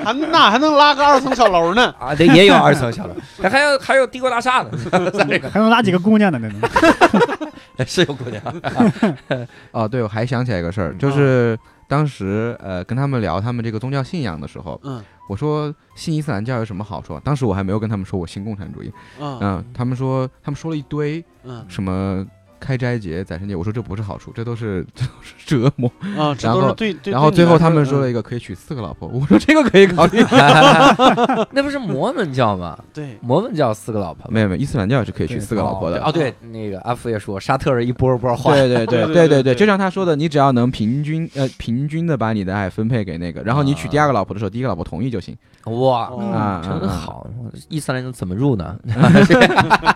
Speaker 4: 还那还能拉个二层小楼呢？
Speaker 1: 啊，对，也有二层小楼， 还有还有帝国大厦呢，在这个
Speaker 2: 还能拉几个姑娘呢，那能。
Speaker 1: 哎是有姑 娘。
Speaker 3: 哦，对，我还想起来一个事儿，
Speaker 1: 嗯
Speaker 3: 就是当时呃跟他们聊他们这个宗教信仰的时候，
Speaker 4: 嗯
Speaker 3: 我说信伊斯兰教有什么好处啊？当时我还没有跟他们说我信共产主义，
Speaker 1: 哦
Speaker 4: 嗯
Speaker 3: 嗯，他们说他们说了一堆
Speaker 4: 嗯
Speaker 3: 什么开斋节、宰神节，我说这不是好处，这都是这都是 折磨。
Speaker 4: 啊，这都是
Speaker 3: 然后
Speaker 4: 对对。
Speaker 3: 然后
Speaker 4: 对你
Speaker 3: 最后
Speaker 4: 来
Speaker 3: 他们说了
Speaker 4: 嗯
Speaker 3: 一个可以娶四个老婆，我说这个可以考虑。
Speaker 1: 那不是摩门教吗？
Speaker 4: 对
Speaker 1: 摩门教四个老婆吗
Speaker 3: 没有没有，伊斯兰教是可以娶四个老婆的。
Speaker 1: 哦，对，那个阿福也说，沙特人一波一波换，
Speaker 3: 对
Speaker 4: 对对
Speaker 3: 对对对
Speaker 4: 对
Speaker 3: 对
Speaker 4: 对
Speaker 3: 对，就像他说的，你只要能平均呃平均的把你的爱分配给那个，然后你娶第二个老婆的时候，第一个老婆同意就行
Speaker 1: 哇，
Speaker 4: 哦
Speaker 3: 啊，
Speaker 1: 真
Speaker 3: 啊。
Speaker 1: 好！伊斯兰人怎么入 呢？
Speaker 3: 啊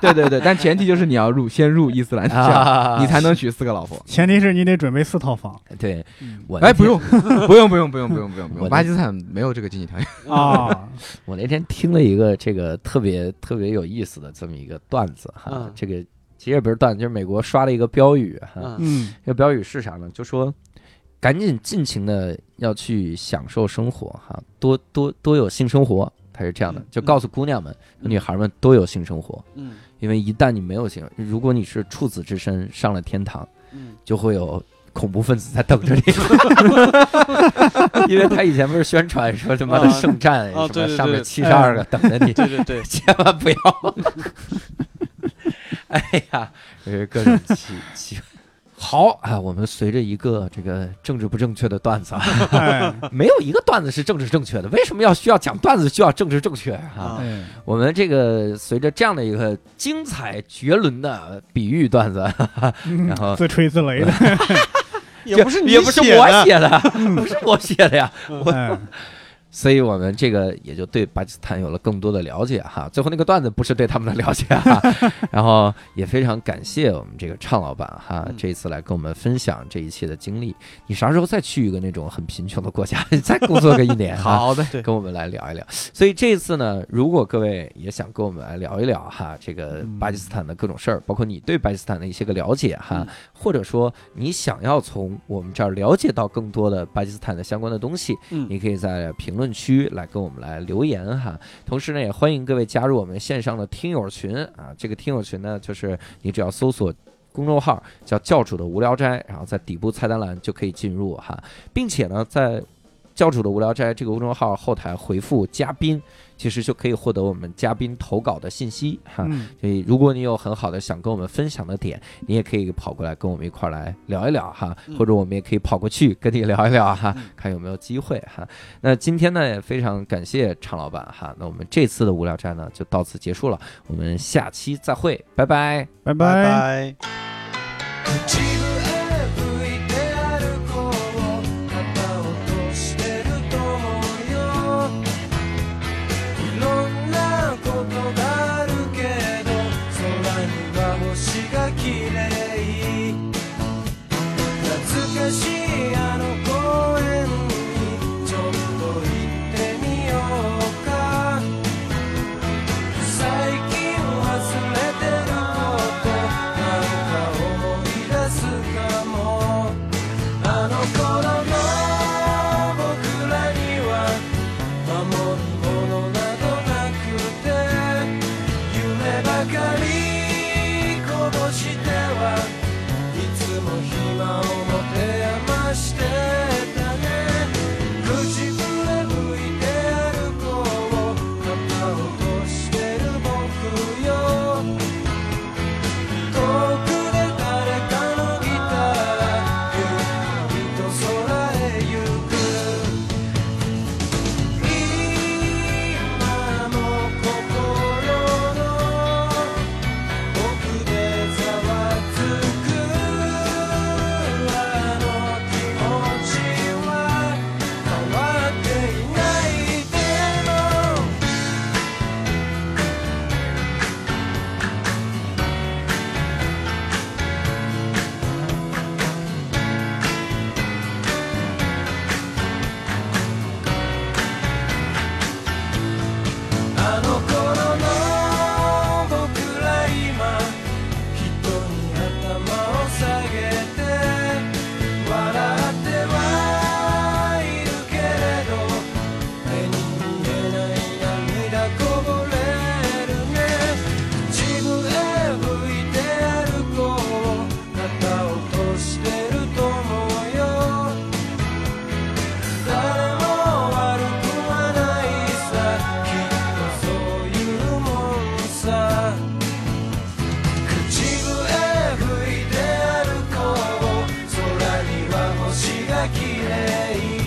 Speaker 3: 对对对，但前提就是你要入先入伊斯兰教，
Speaker 1: 啊
Speaker 3: 你才能娶四个老婆。
Speaker 2: 前提是你得准备四套房
Speaker 1: 对，我那
Speaker 3: 哎，
Speaker 1: 天
Speaker 3: 不，用不用不用不用不用不用不
Speaker 1: 我
Speaker 3: 用，巴基斯坦没有这个经济条件。
Speaker 2: 啊！
Speaker 1: 我那天听了一个这个特别特别有意思的这么一个段子哈
Speaker 4: 嗯，
Speaker 1: 这个其实也不是段子，就是美国刷了一个标语哈，
Speaker 4: 嗯
Speaker 2: 嗯，
Speaker 1: 这个标语是啥呢？就说赶紧尽情的要去享受生活哈，多多多有性生活，它是这样的
Speaker 4: 嗯，
Speaker 1: 就告诉姑娘们、女孩们都有性生活，
Speaker 4: 嗯
Speaker 1: 因为一旦你没有性，如果你是处子之身上了天堂。
Speaker 4: 嗯
Speaker 1: 就会有恐怖分子在等 着你，因为他以前不是宣传说他妈的
Speaker 4: 啊
Speaker 1: 圣战
Speaker 4: 啊
Speaker 1: 什
Speaker 4: 对
Speaker 1: 么
Speaker 4: 对
Speaker 1: 上面
Speaker 4: 对哎
Speaker 1: 七十二个等着你，
Speaker 4: 对对对，
Speaker 1: 千万不要。哎呀，呃，各种奇奇。好啊，我们随着一个这个政治不正确的段子啊，
Speaker 2: 哎
Speaker 1: 没有一个段子是政治正确的。为什么要需要讲段子需要政治正确啊？
Speaker 4: 啊
Speaker 2: 哎，
Speaker 1: 我们这个随着这样的一个精啊
Speaker 4: 嗯
Speaker 1: 彩
Speaker 2: 哎
Speaker 1: 绝伦的比喻段子，然后
Speaker 2: 自吹自擂的，
Speaker 4: 也不是你
Speaker 1: 也不是
Speaker 4: 写
Speaker 1: 我
Speaker 4: 的
Speaker 1: 写的，不是我写的呀。
Speaker 2: 哎
Speaker 1: 所以我们这个也就对巴基斯坦有了更多的了解哈。最后那个段子不是对他们的了解 哈，然后也非常感谢我们这个畅老板哈
Speaker 4: 嗯，
Speaker 1: 这一次来跟我们分享这一切的经历。你啥时候再去一个那种很贫穷的国家， 你再工作个一 年？
Speaker 4: 好的，对，
Speaker 1: 跟我们来聊一聊。所以这次呢，如果各位也想跟我们来聊一聊哈，这个
Speaker 4: 嗯
Speaker 1: 巴基斯坦的各种事儿，包括你对巴基斯坦的一些个了解哈，
Speaker 4: 嗯
Speaker 1: 或者说你想要从我们这儿了解到更多的巴基斯坦的相关的东西，
Speaker 4: 嗯，
Speaker 1: 你可以在评论区来跟我们来留言哈。同时呢，也欢迎各位加入我们线上的听友群啊。这个听友群呢，就是你只要搜索。公众号叫教主的无聊斋，然后在底部菜单栏就可以进入哈，并且呢，在教主的无聊斋这个公众号后台回复嘉宾，其实就可以获得我们嘉宾投稿的信息哈。
Speaker 2: 嗯，
Speaker 1: 所以，如果你有很好的想跟我们分享的点，你也可以跑过来跟我们一块儿来聊一聊哈，
Speaker 4: 嗯
Speaker 1: 或者我们也可以跑过去跟你聊一聊哈
Speaker 4: 嗯，
Speaker 1: 看有没有机会哈。那今天呢，也非常感谢常老板哈。那我们这次的无聊斋呢，就到此结束了，我们下期再会，拜拜。
Speaker 4: 拜
Speaker 2: 拜拜。
Speaker 4: 拜。
Speaker 5: 「口笛吹いて歩こう」「肩を落としてると思うよ」「いろんなことがあるけど空には星が綺麗い」「懐かしいあの公園にちょっと行ってみようか」最近忘れてることなんか思い出すかもあの頃の僕らには守るものなどなくて夢ばかり殺してはいつも暇を持て余してたね口笛吹いて歩こう」「肩を落としてる僕よ」「遠くで誰かのギター」「ゆっくりと空へ行く」「今の心の奥でざわつく」「あの気持ちは」変わっていないでもあの頃の僕ら今人に頭を下げて笑ってはいるけれど目に見えない涙こぼれるね自分へ向いて歩こう肩を落としてると思うよ誰も悪くはないさきっとそういうもんさ口笛吹いて歩こう空には星が綺麗